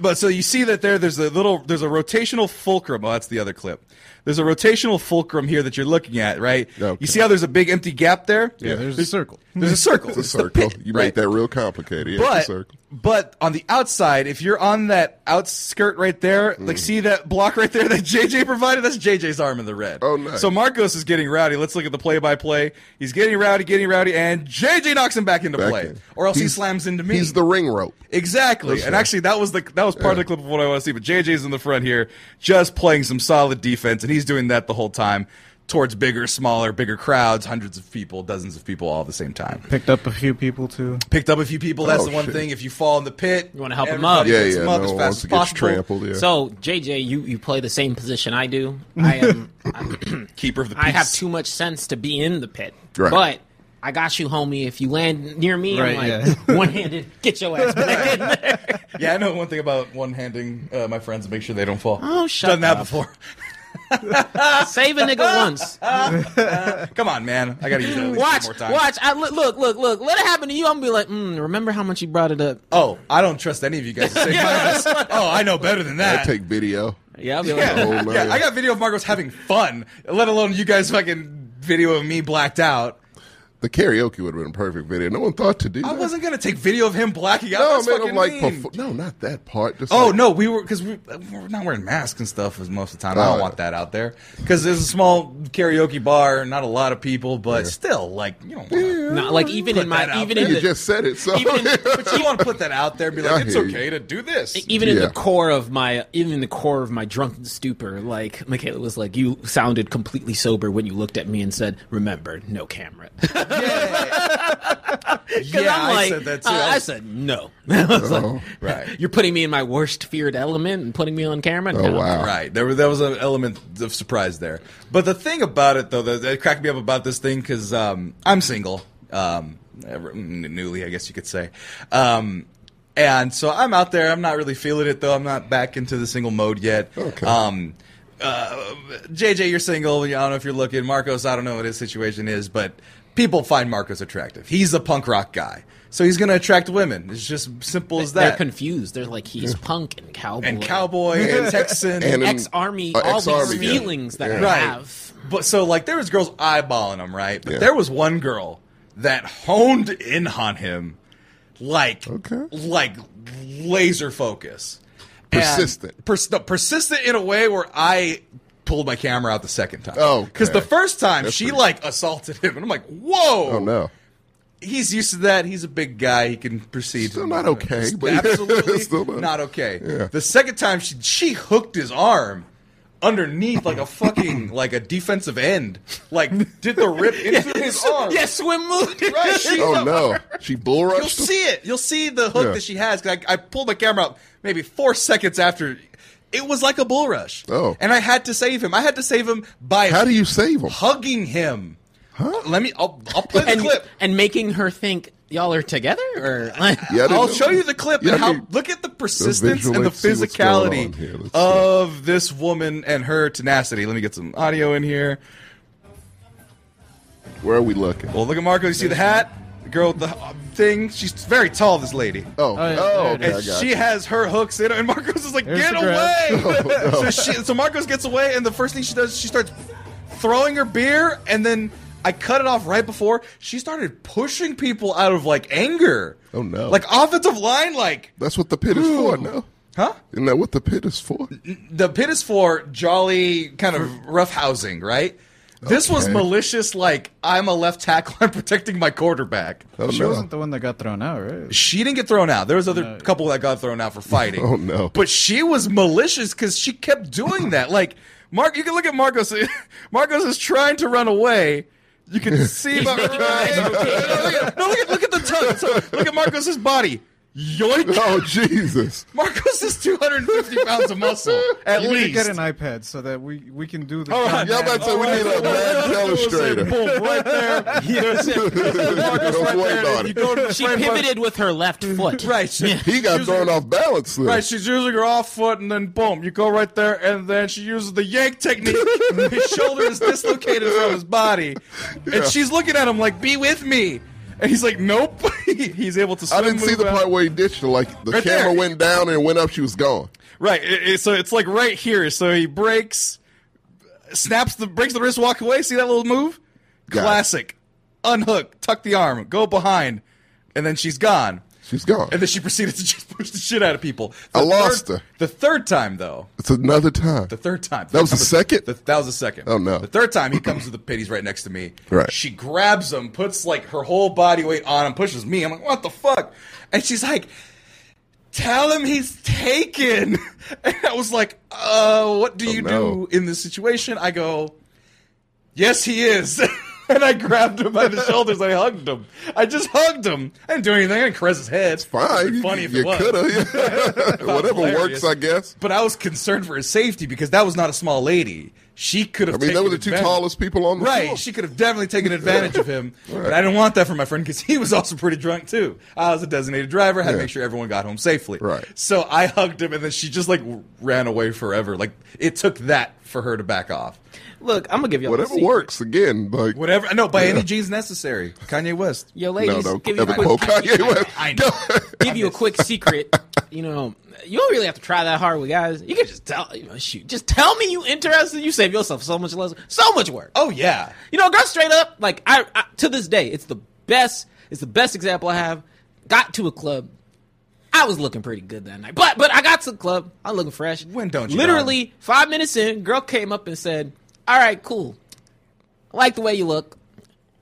C: but so you see that there, there's a little, there's a rotational fulcrum. Oh, that's the other clip. There's a rotational fulcrum here that you're looking at, right?
A: Okay.
C: You see how there's a big empty gap there?
D: Yeah, there's a circle.
C: There's a circle.
A: It's a
C: the
A: circle.
C: pit,
A: you
C: right?
A: make that real complicated. Yeah,
C: But
A: it's a circle.
C: but on the outside, if you're on that outskirt right there,
A: Mm.
C: like see that block right there that <laughs> JJ provided, that's JJ's arm in the red.
A: Oh, nice.
C: So Marcos is getting rowdy. Let's look at the play-by-play. He's getting rowdy, getting rowdy, and JJ knocks him back into
A: Back
C: play,
A: in.
C: or else he
A: He's-
C: slams into me.
A: He's the ring rope.
C: Exactly.
A: That's
C: and
A: right.
C: actually that was the that was part of the clip of what I want to see, but JJ's in the front here just playing some solid defense and he's doing that the whole time towards bigger, smaller, bigger crowds, hundreds of people, dozens of people all at the same time.
D: Picked up a few people too.
C: Picked up a few people, that's
A: Oh,
C: the one
A: shit.
C: thing. If you fall in the pit,
E: You wanna help 'em
C: everybody
E: up.
A: Yeah,
C: gets 'em
A: yeah.
C: up
A: no
C: as
A: one
C: fast
A: wants
C: as
A: to get you
C: possible.
A: trampled. Yeah.
E: So JJ, you you play the same position I do.
A: <laughs>
E: I am. I,
C: Keeper of the peace.
E: I have too much sense to be in the pit.
A: Right.
E: But I got you, homie. If you land near me,
D: Right,
E: I'm like
C: <laughs>
E: one handed. Get your ass back in there.
C: <laughs> Yeah, I know one thing about one handing uh, my friends to make sure they don't fall.
E: Oh, shut
C: Done that
E: up.
C: before. <laughs>
E: Save a nigga once.
C: Come on, man. I gotta use that at least
E: Watch,
C: one more time.
E: watch. I, look, look, look, look. Let it happen to you. I'm gonna be like, mm, remember how much you brought it up?
C: Oh, I don't trust any of you guys to
E: <laughs>
C: save my ass. Oh, I know better than
A: I
C: that.
A: take video.
E: Yeah, I'll be like,
A: Oh,
C: <laughs> yeah,
A: man.
C: yeah, I got video of Marcos having fun, let alone you guys fucking video of me blacked out.
A: The karaoke would have been a perfect video. No one thought to do
C: I
A: that.
C: wasn't gonna take video of him blacking out.
A: No,
C: That's
A: man.
C: fucking
A: I'm like,
C: mean.
A: perfor- no, not that part. Just
C: Oh
A: like-
C: no, we were because we, uh, we're not wearing masks and stuff as most of the time. I don't
A: Oh,
C: want
A: yeah.
C: that out there because there's a small karaoke bar, not a lot of people, but still, like you don't. Wanna, <laughs>
E: no, like even
C: Put
E: in
C: that
E: my,
C: out
E: even
C: there.
E: in
A: You
E: the,
A: just said it. So
E: even in the,
C: But you want to put that out there, and be
A: Yeah,
C: like,
A: I
C: it's
A: hear you.
C: okay to do this.
E: E-, even in
A: Yeah.
E: the core of my, even in the core of my drunken stupor, like Michaela was like, you sounded completely sober when you looked at me and said, "Remember, no camera." <laughs> Because
C: yeah,
E: I'm like,
C: I said that too.
E: uh,
C: I
E: I
C: was-
E: said no. <laughs> I was like,
A: Oh,
C: right.
E: <laughs> You're putting me in my worst feared element and putting me on camera.
A: oh
E: No.
A: wow.
C: Right. There was there was an element of surprise there. But the thing about it though that, that cracked me up about this thing because um, I'm single, um, ever- n- newly I guess you could say, um, and so I'm out there. I'm not really feeling it though. I'm not back into the single mode yet.
A: Okay.
C: Um, uh, JJ, you're single. I don't know if you're looking. Marcos, I don't know what his situation is, but people find Marcos attractive. He's a punk rock guy, so he's going to attract women. It's just simple as
E: They're
C: that.
E: confused. They're like, he's punk and cowboy.
C: and cowboy
A: <laughs>
C: and Texan
A: And
E: Ex army,
A: Uh,
E: all
A: ex-army,
E: these
A: yeah.
E: feelings that
A: Yeah.
E: I
C: right.
E: have.
C: But so like there was girls eyeballing him, right? But
A: Yeah.
C: there was one girl that honed in on him like
A: Okay.
C: like laser focus. And
A: Persistent.
C: pers- no, persistent in a way where I pulled my camera out the second time.
A: Oh,
C: Because the
A: okay.
C: first time
A: That's
C: she
A: pretty-
C: like assaulted him and I'm like, whoa.
A: <laughs> Oh no.
C: He's used to that. He's a big guy. He can proceed.
A: Still not okay, but- <laughs>
C: absolutely
A: still
C: not,
A: not-
C: okay.
A: Yeah.
C: The second time she she hooked his arm underneath like
A: <laughs>
C: a fucking like a defensive end, like did the rip into his arm.
E: <laughs> Yeah, swim move.
C: Oh. Right, she- <laughs>
A: Oh no. She bull
C: You'll
A: rushed. him?
C: see it. You'll see the hook
A: Yeah.
C: that she has. 'cause I, I pulled my camera out maybe four seconds after. It was like a bull rush.
A: Oh.
C: and I had to save him. I had to save him by
A: How do you save him?
C: hugging him.
A: Huh?
C: Let me. I'll, I'll play the
E: <laughs> and,
C: clip.
E: and making her think y'all are together
C: <laughs>
E: or like,
A: Yeah, I didn't
C: I'll
A: know.
C: show you the clip
A: Yeah,
C: and
A: I
C: how
A: mean,
C: look at the persistence
A: visual,
C: and the
A: let's see what's going on
C: physicality
A: here. Let's see.
C: of this woman and her tenacity. Let me get some audio in here.
A: Where are we looking? Oh,
C: Well, look at Marco. You see the hat? The girl with the uh, thing. She's very tall, this lady.
A: Oh,
D: yeah,
A: oh,
D: there
A: okay,
D: it is.
A: I
C: And
A: got
C: she
A: you.
C: has her hooks in it, and Marcos is like,
D: There's
C: "Get
D: the
A: <laughs>
D: grab."
C: away!"
A: Oh,
C: so, she, so Marcos gets away, and the first thing she does, she starts throwing her beer, and then I cut it off right before she started pushing people out of like anger.
A: Oh, no.
C: Like offensive line, like,
A: That's what the pit is for, no?
C: huh?
A: Isn't that what the pit is for?
C: the pit is for jolly kind of rough housing, right? This was
A: Okay.
C: malicious, like I'm a left tackle, <laughs> I'm protecting my quarterback.
A: Oh
D: She
A: no.
D: wasn't the one that got thrown out, right?
C: She didn't get thrown out. There was other couple that got thrown out for fighting.
A: <laughs> Oh, no.
C: But she was malicious because she kept doing that. Like Mark, you can look at Marcos. <laughs> Marcos is trying to run away. You can
A: <laughs>
C: see about no, look at, no, look at look at the tongue. So, look at Marcos's body. Yoink!
A: oh
C: <laughs>
A: Jesus.
C: Marcos is 250 pounds of muscle at
A: <laughs>
D: You need to
C: least.
D: get an iPad so that we, we can do the.
C: right,
A: Y'all about to say we need
C: Oh,
A: a mad illustrator.
C: Boom, right there. There's it. Marcos right
A: Wait
C: there.
A: on
C: You
A: it.
C: go to the
E: she
C: frame button.
E: pivoted with her left foot.
C: <laughs> Right. She,
A: He got thrown off balance then.
C: Right, she's using her off foot, and then boom, you go right there, and then she uses the
A: <laughs>
C: yank technique. his shoulder is dislocated from his body, and she's looking at him like, "Be with me," and he's like, "Nope." <laughs> he's able to. Swim,
A: I didn't see
C: move
A: the
C: out.
A: part where he ditched her. Like the
C: Right
A: camera
C: there.
A: went down and went up, she was gone.
C: Right, it- it- so it's like right here. So he breaks, snaps the breaks the wrist, walk away. See that little move?
A: Got it.
C: Classic. Unhook, tuck the arm, go behind, and then she's gone.
A: She's gone.
C: And then she proceeded to just push the shit out of people.
A: I
C: The
A: lost
C: third-
A: her.
C: The third time, though,
A: It's another time.
C: The third time.
A: That was the
C: Number-
A: second?
C: The, that was the second.
A: Oh, no.
C: The third time he comes to the pit. He's right next to me.
A: Right.
C: She grabs him, puts like her whole body weight on him, pushes me. I'm like, what the fuck? And she's like, tell him he's taken. <laughs> And I was like, uh, what do you
A: Oh, no.
C: do in this situation? I go, yes, he is. <laughs> and I grabbed him by the shoulders. I hugged him. I just hugged him. I didn't do anything. I didn't caress his head. It's
A: Fine. You,
C: Funny if
A: you
C: it was. <laughs>
A: coulda. <laughs> Whatever
C: Hilarious.
A: works, I guess.
C: But I was concerned for his safety because that was not a small lady. She could have.
A: I mean, they
C: taken
A: were the two
C: advantage-
A: tallest people on the
C: Right,
A: floor.
C: she could have definitely taken advantage
A: <laughs>
C: of him, but I didn't want that for my friend because he was also pretty drunk too. I was a designated driver, had to
A: Yeah.
C: make sure everyone got home safely.
A: Right.
C: So I hugged him, and then she just like w- ran away forever. Like it took that for her to back off.
E: Look, I'm gonna give you
A: Whatever works again. Like
C: Whatever. No, by any <laughs> means necessary. Kanye West.
E: Yo,
A: no,
E: ladies,
A: don't
E: give you a
A: ever
C: <laughs>
E: quick
A: quote Kanye West. <laughs>
C: I know.
E: give you a quick secret. You know, you don't really have to try that hard with guys. You can just tell, you know, shoot, just tell me you interested. You save yourself so much less, so much work.
C: Oh yeah.
E: You know, girl, straight up, like I, I to this day, it's the best. It's the best example I have. Got to a club. I was looking pretty good that night, but but I got to the club. I'm looking fresh.
C: When don't you,
E: Literally five minutes in, girl came up and said, "All right, cool. I like the way you look.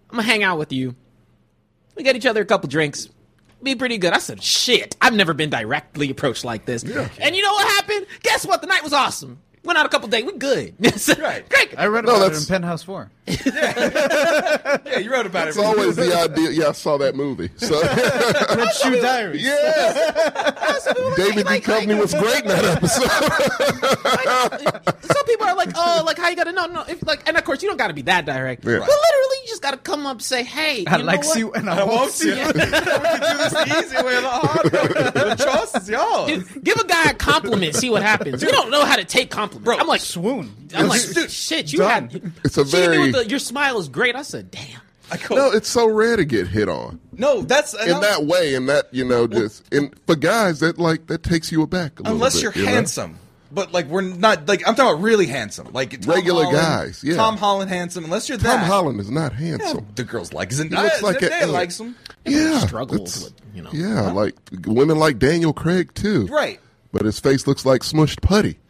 E: I'm gonna hang out with you. We get each other a couple drinks. Be pretty good." I said, "Shit, I've never been directly approached like this." And you know what happened? Guess what? The night was awesome. Went out a couple days. We good. <laughs>
C: Right.
E: Great.
D: I read
A: No,
D: about it
A: that's-
D: in Penthouse 4.
C: Yeah, you wrote about
A: It's
C: it.
A: always the idea. Yeah, I saw that movie. So <laughs>
D: Red Shoe Diaries.
A: yes, David D. Company was great in that episode.
E: <laughs> some people are like, oh, like how you gotta know, no, if like, and of course you don't gotta be that direct,
A: Yeah.
E: but literally you just gotta come up and say, hey,
D: I
E: you know
D: like
E: what?
D: you and
C: <laughs> I
D: I
C: won't
D: won't
C: see
D: you.
C: it. <laughs> we can do this the easy way or the hard way. The choice is yours.
E: Dude, give a guy a compliment, see what happens. You don't know how to take compliments. I'm like,
D: Swoon.
E: I'm like,
A: It's-
E: dude, shit, you
D: done.
E: had.
A: It's a
E: she hit me
A: very-
E: with the, your smile is great. I said, damn.
C: I go,
A: no, it's so rare to get hit on
C: no, that's and
A: in
C: that-
A: that way, and that you know, just and for guys that like that takes you aback. A little
C: unless
A: bit,
C: you're
A: you know?
C: handsome. but like we're not like I'm talking about really handsome, like Tom
A: Regular
C: Holland-
A: guys, yeah.
C: Tom Holland handsome. Unless you're
A: Tom
C: that
A: Holland is not
C: Yeah,
A: handsome.
C: the girls like him.
A: He looks like
C: Zendaya
A: a-
C: likes him.
A: Yeah,
E: struggles
A: that's-
E: with, you know.
A: Yeah, like women like Daniel Craig too.
C: Right.
A: But his face looks like smushed putty.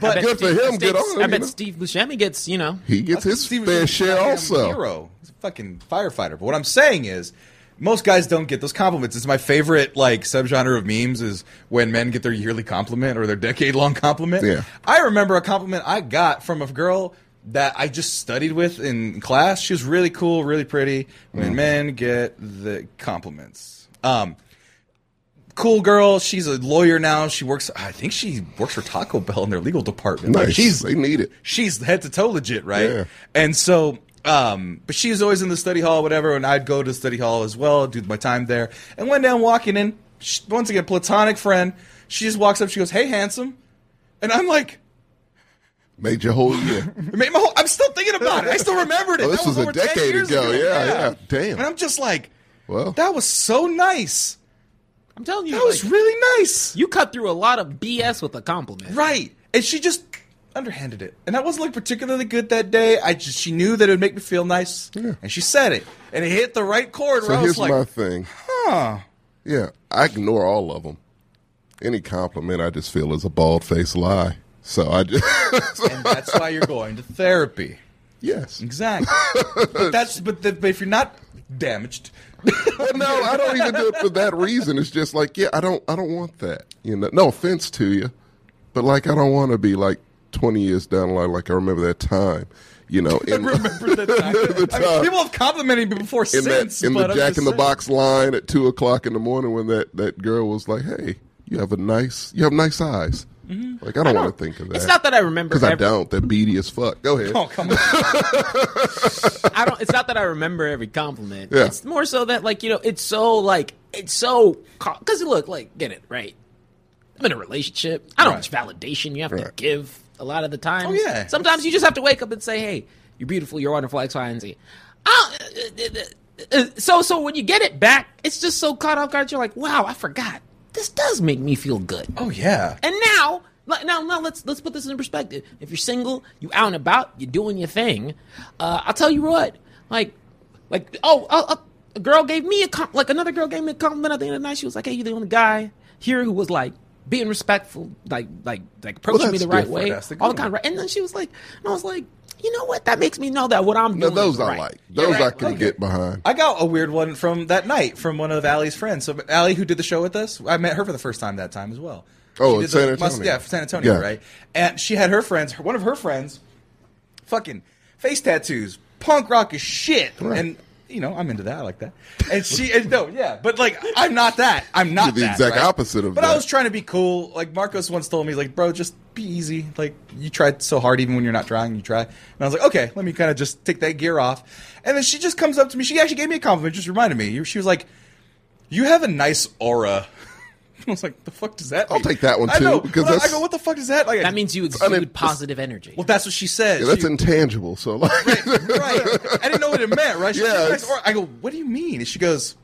C: But
A: Good for him. Good on
E: Steve's- I
A: him. you
E: bet
A: know?
E: Steve Buscemi gets, you know,
A: He gets
C: That's
A: his
C: Steve
A: fair
C: Buscemi's
A: share
C: goddamn
A: also.
C: Hero. He's a fucking firefighter. But what I'm saying is, most guys don't get those compliments. It's my favorite like subgenre of memes is when men get their yearly compliment or their decade long compliment.
A: Yeah.
C: I remember a compliment I got from a girl that I just studied with in class. She was really cool, really pretty.
A: Mm.
C: When men get the compliments. Um, cool girl. She's a lawyer now. She works. I think she works for Taco Bell in their legal department. Like,
A: Nice.
C: she's
A: they need it.
C: she's head to toe legit, right?
A: Yeah.
C: And so, um, but she was always in the study hall, whatever, and I'd go to the study hall as well, do my time there. And one day I'm walking in, she, once again, platonic friend, she just walks up, she goes, Hey, handsome. And I'm like,
A: Made your whole
C: <laughs>
A: year.
C: it made my whole, I'm still thinking about it. I still remembered it.
A: Oh, this
C: That
A: was a
C: over 10
A: decade
C: years
A: ago. Yeah, yeah. Damn.
C: And I'm just like,
A: Well.
C: that was so nice.
E: I'm telling you,
C: That was
E: like,
C: really nice.
E: you cut through a lot of BS with a compliment.
C: Right. And she just underhanded it. And I wasn't like particularly good that day. I just she knew that it would make me feel nice.
A: Yeah.
C: And she said it. And it hit the right chord
A: So
C: where I was
A: here's
C: like,
A: my thing.
C: huh.
A: Yeah, I ignore all of them. Any compliment I just feel is a bald faced lie. So I just <laughs>
C: And that's why you're going to therapy.
A: yes.
C: Exactly.
A: <laughs>
C: but that's but, the, but if you're not damaged <laughs>
A: But no, I don't even do it for that reason. It's just like yeah, I don't I don't want that. You know, no offense to you, but like I don't want to be like twenty years down the line. Like I remember that time. You know, <laughs> in,
C: remember <laughs> that time. I mean,
A: time.
C: people have complimented me before
A: in
C: since
A: that in
C: but
A: the
C: I'm
A: Jack
C: just
A: in the
C: saying.
A: Box line at two o'clock in the morning when that, that girl was like, "Hey, you have a nice you have nice eyes."
C: Mm-hmm.
A: Like I don't, want to think of that.
E: It's not that I remember.
A: because I
E: every-
A: don't. They're beady as fuck. Go ahead.
C: Oh come
A: <laughs>
C: on.
E: I don't. It's not that I remember every compliment.
A: Yeah.
E: It's more so that like you know, it's so like it's so because look like get it right. I'm in a relationship. I don't know
C: Right.
E: much validation you have to
A: Right.
E: give a lot of the time.
C: Oh, yeah.
E: Sometimes you just have to wake up and say, "Hey, you're beautiful. You're wonderful." X, Y, and Z. I don't- uh, uh, uh, uh, So so when you get it back, it's just so caught off guard. You're like, "Wow, I forgot. This does make me feel good."
C: Oh yeah.
E: And now, le- now, now let's let's put this in perspective. If you're single, you out and about, you're doing your thing. Uh, I'll tell you what, like, like oh, oh, oh, a girl gave me a com- like another girl gave me a compliment at the end of the night. She was like, "Hey, you're the only guy here who was like." Being respectful, like like like approaching me
A: that's
E: the right
A: different.
E: way,
C: That's the good
E: all the kind of
C: one.
E: right. And then she was like, and I was like, you know what? That makes me know that what I'm
A: No,
E: doing.
A: those
E: is
A: I
E: right.
A: like.
E: You're
A: Those I
E: right.
A: can
E: Like,
A: get behind.
C: I got a weird one from that night from one of Allie's friends. So Allie, who did the show with us, I met her for the first time that time as well.
A: Oh,
C: She
A: in
C: did the
A: San
C: must-
A: Antonio.
C: yeah, for San Antonio,
A: Yeah.
C: right? And she had her friends, one of her friends, fucking face tattoos, punk rock as shit,
A: Right.
C: and. You know, I'm into that. I like that. And she, and no, yeah, but like, I'm not that. I'm not
A: You're the
C: that,
A: exact
C: right?
A: opposite of
C: But I
A: that.
C: was trying to be cool. Like Marcos once told me, he's like, bro, just be easy. Like you tried so hard, even when you're not trying, you try. And I was like, okay, let me kind of just take that gear off. And then she just comes up to me. She actually gave me a compliment. Just reminded me. She was like, you have a nice aura. <laughs> I was like, the fuck does that?
A: I'll
C: mean?
A: take that one
C: I
A: too,
C: know,
A: because
C: but I-
A: that's-
C: I go, what the fuck is that? Like
E: That means you exude
A: mean, it's- <laughs>
E: positive energy.
C: Well, that's what she said.
A: Yeah, that's
C: She-
A: intangible. So like,
C: right. I didn't know what it meant, right? She
A: Yeah,
C: said,
A: it's-
C: "Nice." I go, what do you mean? And she goes,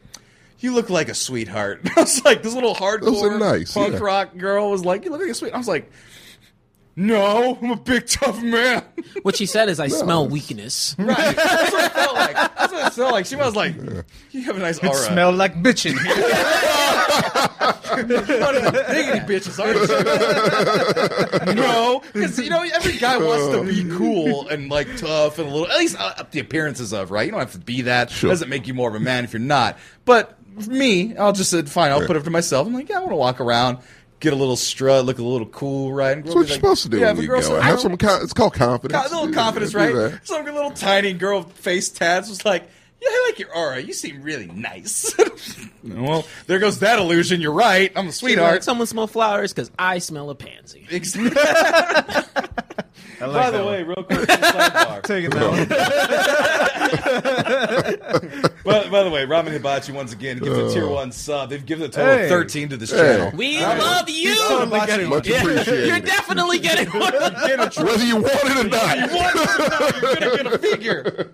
C: you look like a sweetheart. <laughs> I was like, this little
A: Those
C: hardcore
A: are nice,
C: punk
A: yeah.
C: rock girl was like, you look like a sweet. I was like, no, I'm a big tough man.
E: what she said is, "I smell
A: <laughs>
E: weakness."
C: Right. <laughs> That's what it felt like. That's what it felt like. She was like, you have a nice aura.
D: Smell like bitch in here.
C: One of the biggity bitches, aren't
A: <laughs>
C: you? no, because you know every guy wants to be
A: Oh.
C: cool and like tough and a little, at least uh, up the appearances of right. You don't have to be that.
A: Sure.
C: Doesn't make you more of a man if you're not. But for me, I'll just said fine. I'll put it up to myself. I'm like, yeah, I want to walk around, get a little strut, look a little cool, right? And
A: that's what you're supposed to do
C: Yeah,
A: when
C: if a
A: you
C: girl
A: go.
C: says,
A: out.
C: "I
A: Have
C: don't-
A: some. Con- it's called confidence.
C: a little
A: Do-
C: confidence,
A: do
C: right?
A: that.
C: Some little tiny girl face tats was like, "Yeah, I like your aura. You seem really nice." <laughs> well, there goes that illusion. You're right. I'm a
E: Like,
C: sweetheart.
E: someone smell flowers because I smell a pansy.
C: <laughs> Exactly.
D: I like
C: By
D: that
C: the
D: one.
C: <laughs> way, real quick, sidebar.
D: taking that one.
C: by, by the way, Ramen Hibachi once again gives a tier one sub. They've given a total
D: Hey.
C: of thirteen to this
A: Hey.
C: channel.
E: We love you.
D: totally
E: Yeah,
D: getting
A: Much appreciated.
E: You're definitely getting one.
A: Whether you want it or not.
C: <laughs> You're gonna get a figure,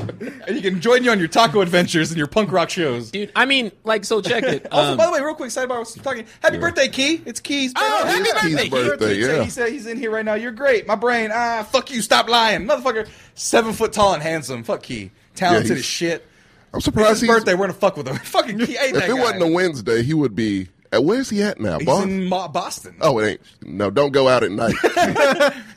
C: and you can join you on your taco adventures and your punk rock shows.
E: <laughs> Dude, I mean, like, so check <laughs> it.
C: Also,
E: Um,
C: by the way, real quick sidebar, while we're talking. Happy birthday, Key! It's Key's birthday.
E: Oh, happy
A: Yeah,
E: birthday,
A: Keith's
E: Keith.
A: birthday,
C: So
A: yeah.
C: He said he's in here right now. You're great. My brain. Ah, fuck you. Stop lying, motherfucker. Seven foot tall and handsome. Fuck Key.
A: Yeah,
C: Talented
A: he's-
C: as shit.
A: I'm
C: It's
A: surprised
C: his
A: he's,
C: birthday. We're gonna fuck with him. <laughs> Fucking Key. Ain't
A: if
C: that
A: it
C: guy.
A: wasn't a Wednesday, he would be. uh, Where's he at now,
C: He's
A: boss?
C: in Ma- Boston.
A: oh, it ain't. No, don't go out at
C: <laughs>
A: night.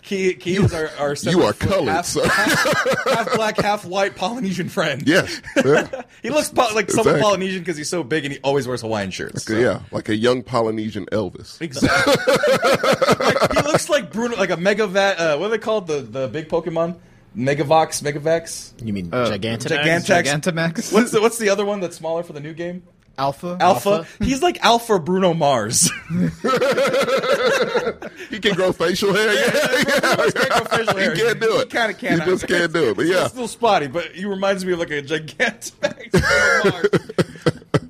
C: Key, Key is our, our seven
A: are
C: foot
A: colored,
C: half,
A: sir.
C: half, half black, half white Polynesian friend.
A: yes. Yeah.
C: he looks po- like somewhat
A: Exactly.
C: Polynesian because he's so big and he always wears Hawaiian shirts. <laughs> so.
A: yeah, like a young Polynesian Elvis.
C: Exactly. Like, he looks like Bruno, like a Megavac. Uh, what are they called? The the big Pokemon, Megavox, Megavax.
B: You mean
A: Oh.
D: Uh,
B: gigantic?
C: Gigantex.
D: Gigantamax.
C: What's the what's the other one that's smaller for the new game?
D: Alpha?
C: Alpha.
B: Alpha?
C: He's like Alpha Bruno Mars. <laughs>
A: He can grow facial hair.
C: <laughs>
A: Yeah,
C: Bruno Mars can't grow facial hair.
A: he can't do
C: He
A: it.
C: kind of
A: He
C: can.
A: just can't do it. But yeah,
C: <laughs> It's still spotty, but he reminds me of like a gigantic <laughs> Bruno Mars.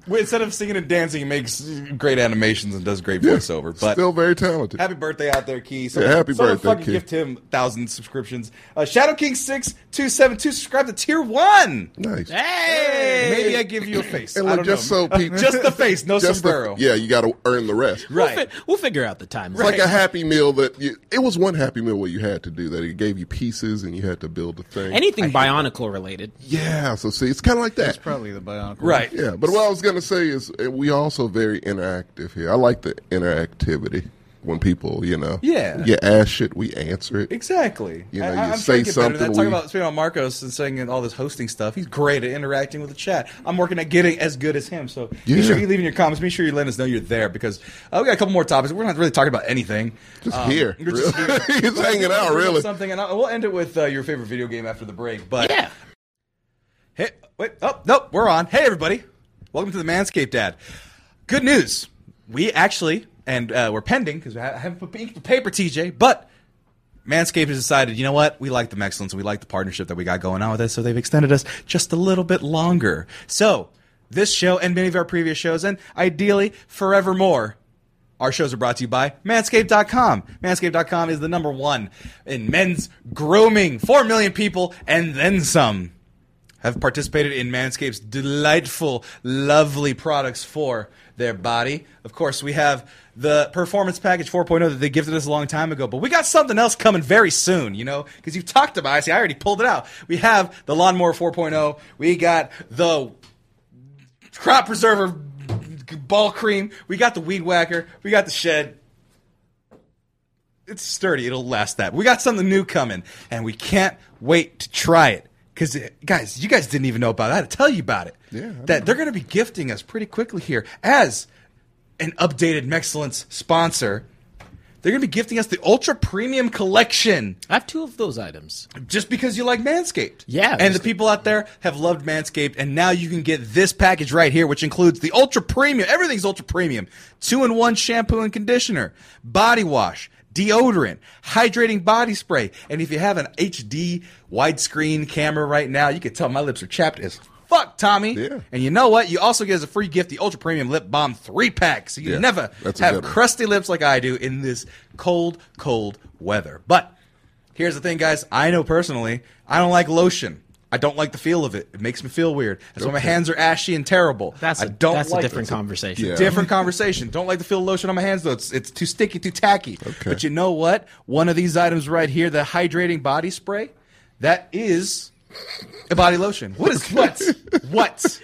C: Well, Instead of singing and dancing, he makes great animations and does great
A: yeah.
C: voiceover. But
A: still very talented.
C: Happy birthday out there, Key. So,
A: Yeah, happy birthday,
C: fucking
A: Key.
C: gift him thousand subscriptions. Uh, Shadow King six two seven two subscribe to tier one.
A: nice.
E: hey!
C: Maybe I give you a face.
A: And
C: I
A: look,
C: don't
A: just
C: know.
A: so people-
C: <laughs> just the face, no
A: Just the-
C: sombrero.
A: yeah, you got to earn the rest.
E: We'll, fi-
C: right.
E: we'll figure out the time.
A: It's like a happy meal that you, it was one happy meal where you had to do that. It gave you pieces and you had to build the thing.
E: Anything Bionicle related.
A: yeah, so see, it's kind of like that.
D: It's probably the Bionicle.
C: Right.
A: Yeah, but what I was going to say is uh, we also very interactive here. I like the interactivity when people, you know,
C: Yeah.
A: you ask shit, we answer it.
C: Exactly.
A: You know,
C: I-
A: you
C: I- I'm
A: say
C: trying to get better at that.
A: something,
C: Talking
A: we-
C: about speaking about Marcos and saying all this hosting stuff, he's great at interacting with the chat. I'm working at getting as good as him. So be
A: Yeah.
C: sure you're leaving your comments. Be sure you're letting us know you're there because uh, we got a couple more topics. We're not really talking about anything.
A: Just
C: Um,
A: here,
C: We're just
A: really.
C: here.
A: <laughs> He's hanging out, really.
C: Something, and I- we'll end it with uh, your favorite video game after the break. But
E: Yeah.
C: Hey, wait, oh, nope, we're on. Hey, everybody. Welcome to the Manscaped Dad. Good news. We actually, and uh, we're pending because I haven't put ink to paper, TJ, but Manscaped has decided, you know what? We like the excellence and we like the partnership that we got going on with us, so they've extended us just a little bit longer. So, this show and many of our previous shows, and ideally forevermore, our shows are brought to you by manscaped.com. Manscaped.com is the number one in men's grooming. Four million people and then some have participated in Manscaped's delightful, lovely products for their body. Of course, we have the Performance Package 4.0 that they gifted us a long time ago, but we got something else coming very soon, you know, because you've talked about it. See, I already pulled it out. We have the Lawnmower 4.0, we got the Crop Preserver Ball Cream, we got the Weed Whacker, we got the Shed it's sturdy. It'll last that. We got something new coming, and we can't wait to try it. Because, guys, you guys didn't even know about it. I had to tell you about it.
A: Yeah, I
C: That they're going to be gifting us pretty quickly here as an updated Mexcellence sponsor. They're going to be gifting us the Ultra Premium Collection
E: I have two of those items.
C: just because you like Manscaped.
E: Yeah.
C: And the people out there have loved Manscaped, and now you can get this package right here, which includes the ultra premium, everything's ultra premium, two in one shampoo and conditioner, body wash, deodorant, hydrating body spray. And if you have an HD widescreen camera right now, you can tell my lips are chapped as fuck, Tommy.
A: Yeah.
C: And you know what? You also get as a free gift the ultra premium lip balm three pack, so you
A: Yeah,
C: never
A: that's a
C: have
A: good one.
C: crusty lips like I do in this cold, cold weather. But Here's the thing, guys. I know personally, I don't like lotion. I don't like the feel of it. It makes me feel weird. That's why my hands are ashy and terrible.
E: That's
C: I
E: a,
C: don't
E: that's
C: like
E: a different
C: it.
E: conversation.
A: Yeah.
C: <laughs> Different conversation. Don't like the feel of lotion on my hands though. It's it's too sticky, too tacky.
A: Okay.
C: But you know what? One of these items right here, the hydrating body spray, that is a body lotion. What is
E: <laughs>
C: what? What?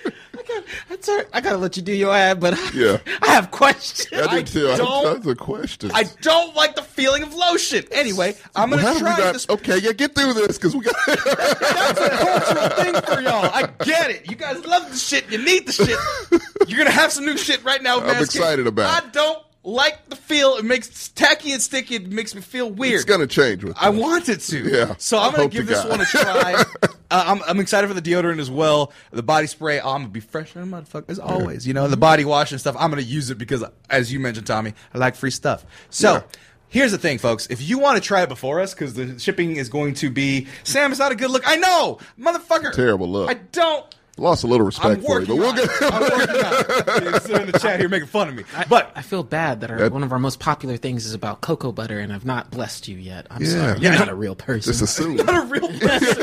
E: That's all right. I gotta let you do your ad, but <laughs> I,
A: Yeah.
E: I have questions.
A: I
C: I
A: did too. I had
C: don't-
A: tons of questions.
C: I don't like the feeling of lotion. Anyway, I'm gonna
A: How did we
C: try
A: not-
C: this.
A: Okay, yeah, get through this because we got. <laughs>
C: That's a cultural thing for y'all. I get it. You guys love the shit. You need the shit. You're gonna have some new shit right now.
A: I'm
C: Manscaped.
A: excited about it.
C: I don't like the feel. It makes it's tacky and sticky. It makes me feel weird.
A: it's gonna change with.
C: I
A: that.
C: want it to.
A: Yeah.
C: So I'm
A: I
C: gonna
A: hope
C: give
A: to
C: this
A: God.
C: one
A: <laughs>
C: a try. uh, I'm, I'm excited for the deodorant as well. The body spray. oh, I'm gonna be fresh and motherfucker as always. You know the body wash and stuff. I'm gonna use it because, as you mentioned, Tommy, I like free stuff. So.
A: Yeah.
C: Here's the thing, folks. If you want to try it before us, because the shipping is going to be Sam, it's not a good look. I know, motherfucker.
A: Terrible look.
C: I don't
A: Lost a little
C: I'm
A: respect for you,
C: working
A: but we'll
C: on
A: get.
C: it. I'm working on
A: <laughs>
C: it. You're sitting in the chat here making fun of me. But
E: I feel bad that our, one of our most popular things is about cocoa butter, and I've not blessed you yet. I'm
A: Yeah.
E: sorry, you're
A: Yeah,
E: not a real person.
A: Just
C: <laughs>
A: assume.
C: not a real person.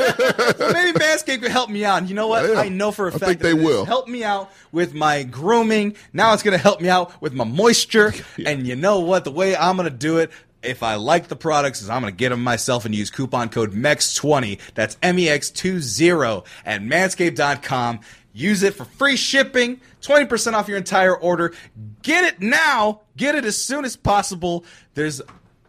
C: Maybe Manscaped could help me out. And you know what?
A: Yeah.
C: I know for a
A: I
C: fact
A: think
C: that
A: they
C: it's
A: will.
C: help me out with my grooming. Now it's going to help me out with
A: <laughs>
C: my moisture. And you know what? The way I'm going to do it. If I like the products, is I'm going to get them myself and use coupon code MEX20. That's E MEX20 at manscaped.com. Use it for free shipping, 20% off your entire order. Get it now. Get it as soon as possible. There's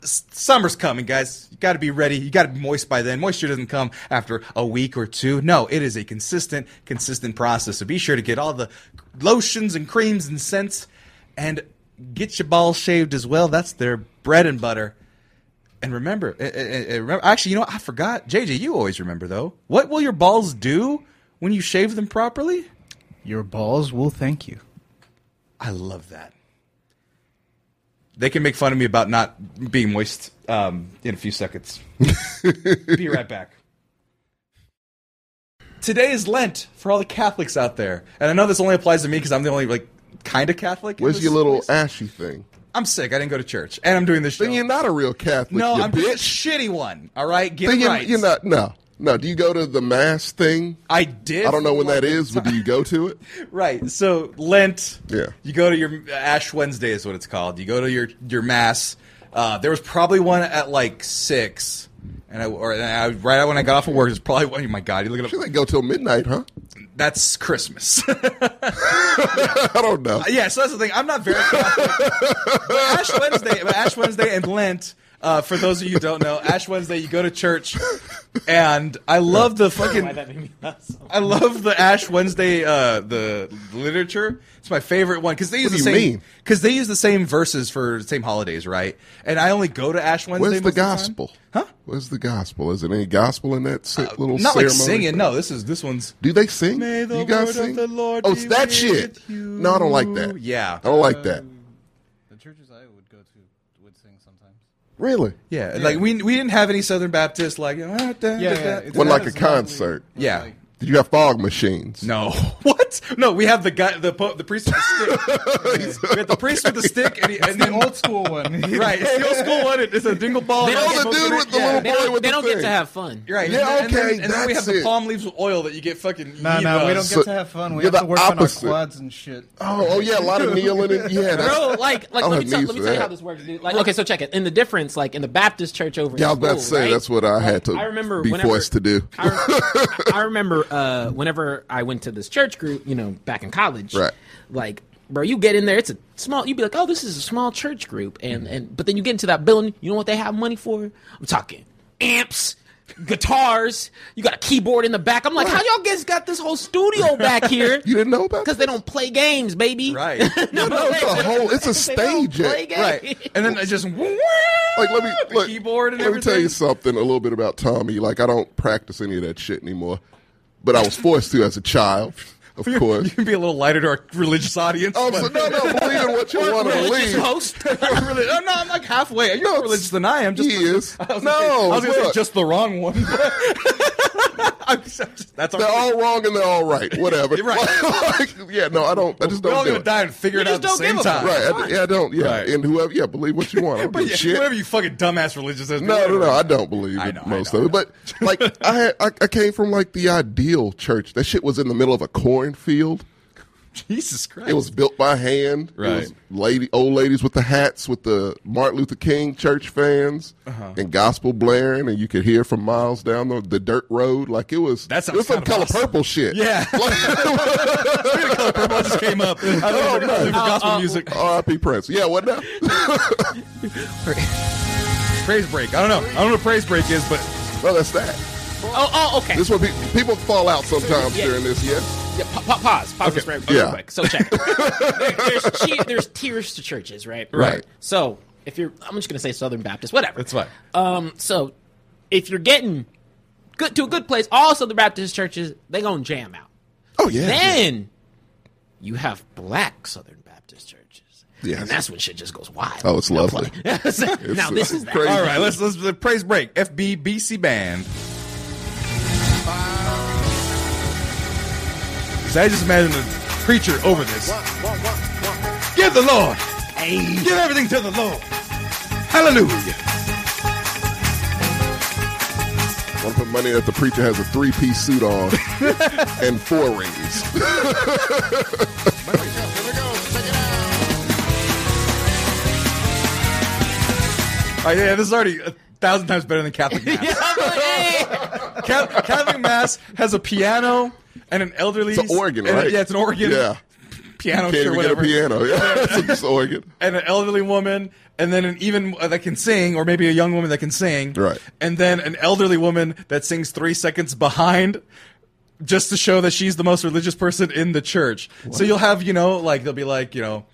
C: S- summer's coming, guys. You got to be ready. You got to be moist by then. Moisture doesn't come after a week or two. No, it is a consistent, consistent process. So be sure to get all the lotions and creams and scents and get your balls shaved as well. That's their bread and butter. And remember, eh, eh, eh, remember actually, you know what? I forgot. JJ, you always remember, though. What will your balls do when you shave them properly?
D: Your balls will thank you.
C: I love that. They can make fun of me about not being moist um, in a few
A: <laughs>
C: seconds. Be right back. Today is Lent for all the Catholics out there, and I know this only applies to me because I'm the only like kind of Catholic. in
A: Where's
C: this
A: your little
C: place.
A: ashy thing?
C: I'm sick. I didn't go to church, and I'm doing this show.
A: Then you're not a real Catholic.
C: no,
A: you
C: I'm
A: bitch.
C: <laughs> just a shitty one. All right, get
A: Then
C: it
A: you're,
C: right.
A: you're not. No, no. Do you go to the mass thing?
C: I did.
A: I don't know when that
C: one
A: is, but do you go to
C: <laughs>
A: it?
C: Right. So Lent.
A: Yeah.
C: You go to your Ash Wednesday is what it's called. You go to your your mass. Uh, there was probably one at like six, and I or and I, right when I got off of work, there's probably one. Oh my god, you look at
A: Sure,
C: up.
A: they go till midnight, huh? <laughs>
C: That's Christmas. <laughs>
A: I don't know.
C: yeah. So that's the thing. I'm not very. <laughs> Catholic. but Ash Wednesday, but Ash Wednesday, and Lent. Uh, for those of you who don't know, Ash Wednesday, you go to church, and I love the fucking.
E: Why that made me laugh so much.
C: I love the Ash Wednesday uh, the literature. It's my favorite one because they use
A: What
C: the
A: do you
C: same
A: mean?
C: because they use the same verses for the same holidays, right? And I only go to Ash Wednesday.
A: Where's
C: most
A: the
C: of time.
A: gospel?
C: Huh? Uh,
A: Where's the gospel? Is it any gospel in that si- little
C: Not
A: ceremony?
C: like singing. No, this is this one's.
A: Do they sing?
C: May the
A: you guys
C: word of
A: sing?
C: the Lord
A: oh, it's
C: be
A: that
C: with
A: shit.
C: you.
A: No, I don't like that.
C: Yeah.
A: I don't like that.
D: The churches I would go to would sing sometimes.
A: Really?
C: Yeah, like we we didn't have any Southern Baptist like ah, da, da,
D: Yeah,
C: da.
D: yeah. it's
A: Well,
D: not
A: like a
D: as lively,
A: concert.
D: but
C: Yeah.
D: like-
A: Did you have fog machines?
C: No, <laughs> what? No, we have the guy, the po- the priest with the
A: <laughs>
C: stick. we had the priest with the stick, and, he, and
D: the
C: then
D: old school one. <laughs>
C: right, it's the old school one. It's a dingle ball.
E: They
C: and
E: don't
C: all
E: get-
A: Oh, the dude
C: smoke
A: with the
C: in it.
A: little
E: They
A: boy
E: don't,
A: with
E: they
A: the
E: don't
A: thing.
E: get to have fun.
C: You're right.
A: Yeah,
C: and then,
A: okay,
C: And then, and then we have
A: that's
C: the
A: it.
C: palm leaves with oil that you get fucking.
D: No, no, we don't
A: So-
D: get to have fun. We
A: you're
D: have to
A: the
D: work
A: opposite.
D: on our quads and shit.
A: Oh, oh yeah, a lot
C: <laughs>
A: of kneeling. And, yeah, that's,
E: Bro,
A: <laughs>
E: like, like
A: I'll
E: let
A: have
E: me tell,
A: knees
E: let me
A: for
E: tell you
A: that.
E: how this works, dude. Like, okay, so check it. And the difference, like in the Baptist church over.
A: Yeah, I was
E: in school,
A: about to say
E: right?
A: that's what I had to
E: I remember
A: be
E: whenever-
A: forced to do. <laughs>
E: I, rem- I remember uh, whenever I went to this church group, you know, back in college.
A: Right.
E: Like, bro, you get in there, it's a small. You'd be like, oh, this is a small church group, and and but then you get into that building. You know what they have money for? I'm talking amps. Guitars, you got a keyboard in the back. I'm like,
A: Right.
E: how y'all guys got this whole
A: <laughs>
E: studio back here?
A: you didn't know about
E: Because they don't play games, baby.
C: Right.
E: <laughs>
A: <laughs>
E: no,
A: No, it's a whole- it's a
E: <laughs> They don't
A: stage
E: play
A: act.
E: games.
A: <laughs>
C: right. And then I just
A: like let me
C: the
A: look,
C: keyboard and
A: let
C: everything.
A: me tell you something a little bit about Tommy. Like I don't practice any of that shit anymore, but I was forced to as a child, of course.
C: <laughs> You can be a little lighter to our religious audience.
A: Oh,
C: but-
A: so no, no, believe in what you want to
E: Religious
A: believe. <laughs>
E: host.
C: <laughs> I'm really- I'm not- I'm like halfway. You're more religious than I am. Just
A: He is.
C: <laughs> I was
A: No,
C: gonna say- I was gonna say
A: look.
C: just the wrong one. <laughs> I'm just- I'm just- that's
A: They're all wrong and they're all right. Whatever.
C: <laughs> You're right.
A: <laughs> Like, yeah, no, I don't. I just
C: We're all
A: don't do
C: gonna
A: it.
C: die and figure
E: You
C: it out
E: just
C: at the
E: don't
C: same
E: give a fuck.
C: time.
A: Right. I, yeah, I don't. Yeah,
C: Right.
A: and whohoever. Yeah, believe what you want. I don't
C: <laughs> But
A: give a
C: yeah,
A: shit.
C: whatever you fucking dumbass religious is.
A: No, no, no. I don't believe
C: I
A: it,
C: know, I
A: most
C: know,
A: of it. But like, I, had, I I came from like the ideal church. That shit was in the middle of a cornfield.
C: Jesus Christ.
A: It
C: <laughs>
A: was built by hand. It
C: Right.
A: was lady, old ladies with the hats, with the Martin Luther King church fans,
C: Uh-huh.
A: and gospel blaring, and you could hear from miles down the, the dirt road. Like it was.
C: That sounds
A: it was some
C: kind of
A: color
C: awesome.
A: purple shit. <laughs>
C: Yeah. I just came up. I Uh, was looking for- looking for gospel music.
A: R.I.P. Prince. Yeah. What now? <laughs>
C: Praise break. I don't know. I don't know what praise break is, but
A: well, that's that.
E: Oh, oh, okay.
A: This is what pe- people fall out sometimes
E: Yeah.
A: during this. Yeah.
E: Yeah, pa- pa- pause. Pause this right, real
A: yeah.
E: quick. So
A: <laughs>
E: check. There- there's, che- there's tiers to churches, right?
A: Right.
E: So if you're, I'm just gonna say Southern Baptist, whatever.
C: it's fine.
E: Um. So if you're getting good to a good place, all Southern Baptist churches they gonna jam out.
A: Oh yeah.
E: Then you have black Southern Baptist churches.
A: Yes.
E: And that's when shit just goes wild.
A: Oh, it's
E: Now
A: lovely.
E: play. <laughs> now this is that.
A: crazy.
C: All right, let's let's the praise break. FBBC band. Because I just imagine a preacher over this. Give the Lord. Give everything to the Lord. Hallelujah.
A: I'm put money that the preacher has a three piece suit
C: <laughs>
A: on and four rings.
C: All right, Oh, yeah, this is already a thousand times better than Catholic Mass.
E: <laughs>
A: <laughs>
C: Ca- Catholic Mass has a piano and an elderly.
A: It's an organ,
C: and a-
A: right?
C: yeah, it's an organ.
A: Yeah.
C: Piano,
A: Can't
C: sure,
A: even
C: whatever.
A: get a piano. <laughs> Yeah, it's just an organ.
C: and an elderly woman, and then an even uh, that can sing, or maybe a young woman that can sing,
A: Right.
C: And then an elderly woman that sings three seconds behind, just to show that she's the most religious person in the church. So you'll have, you know, like they'll be like, you know,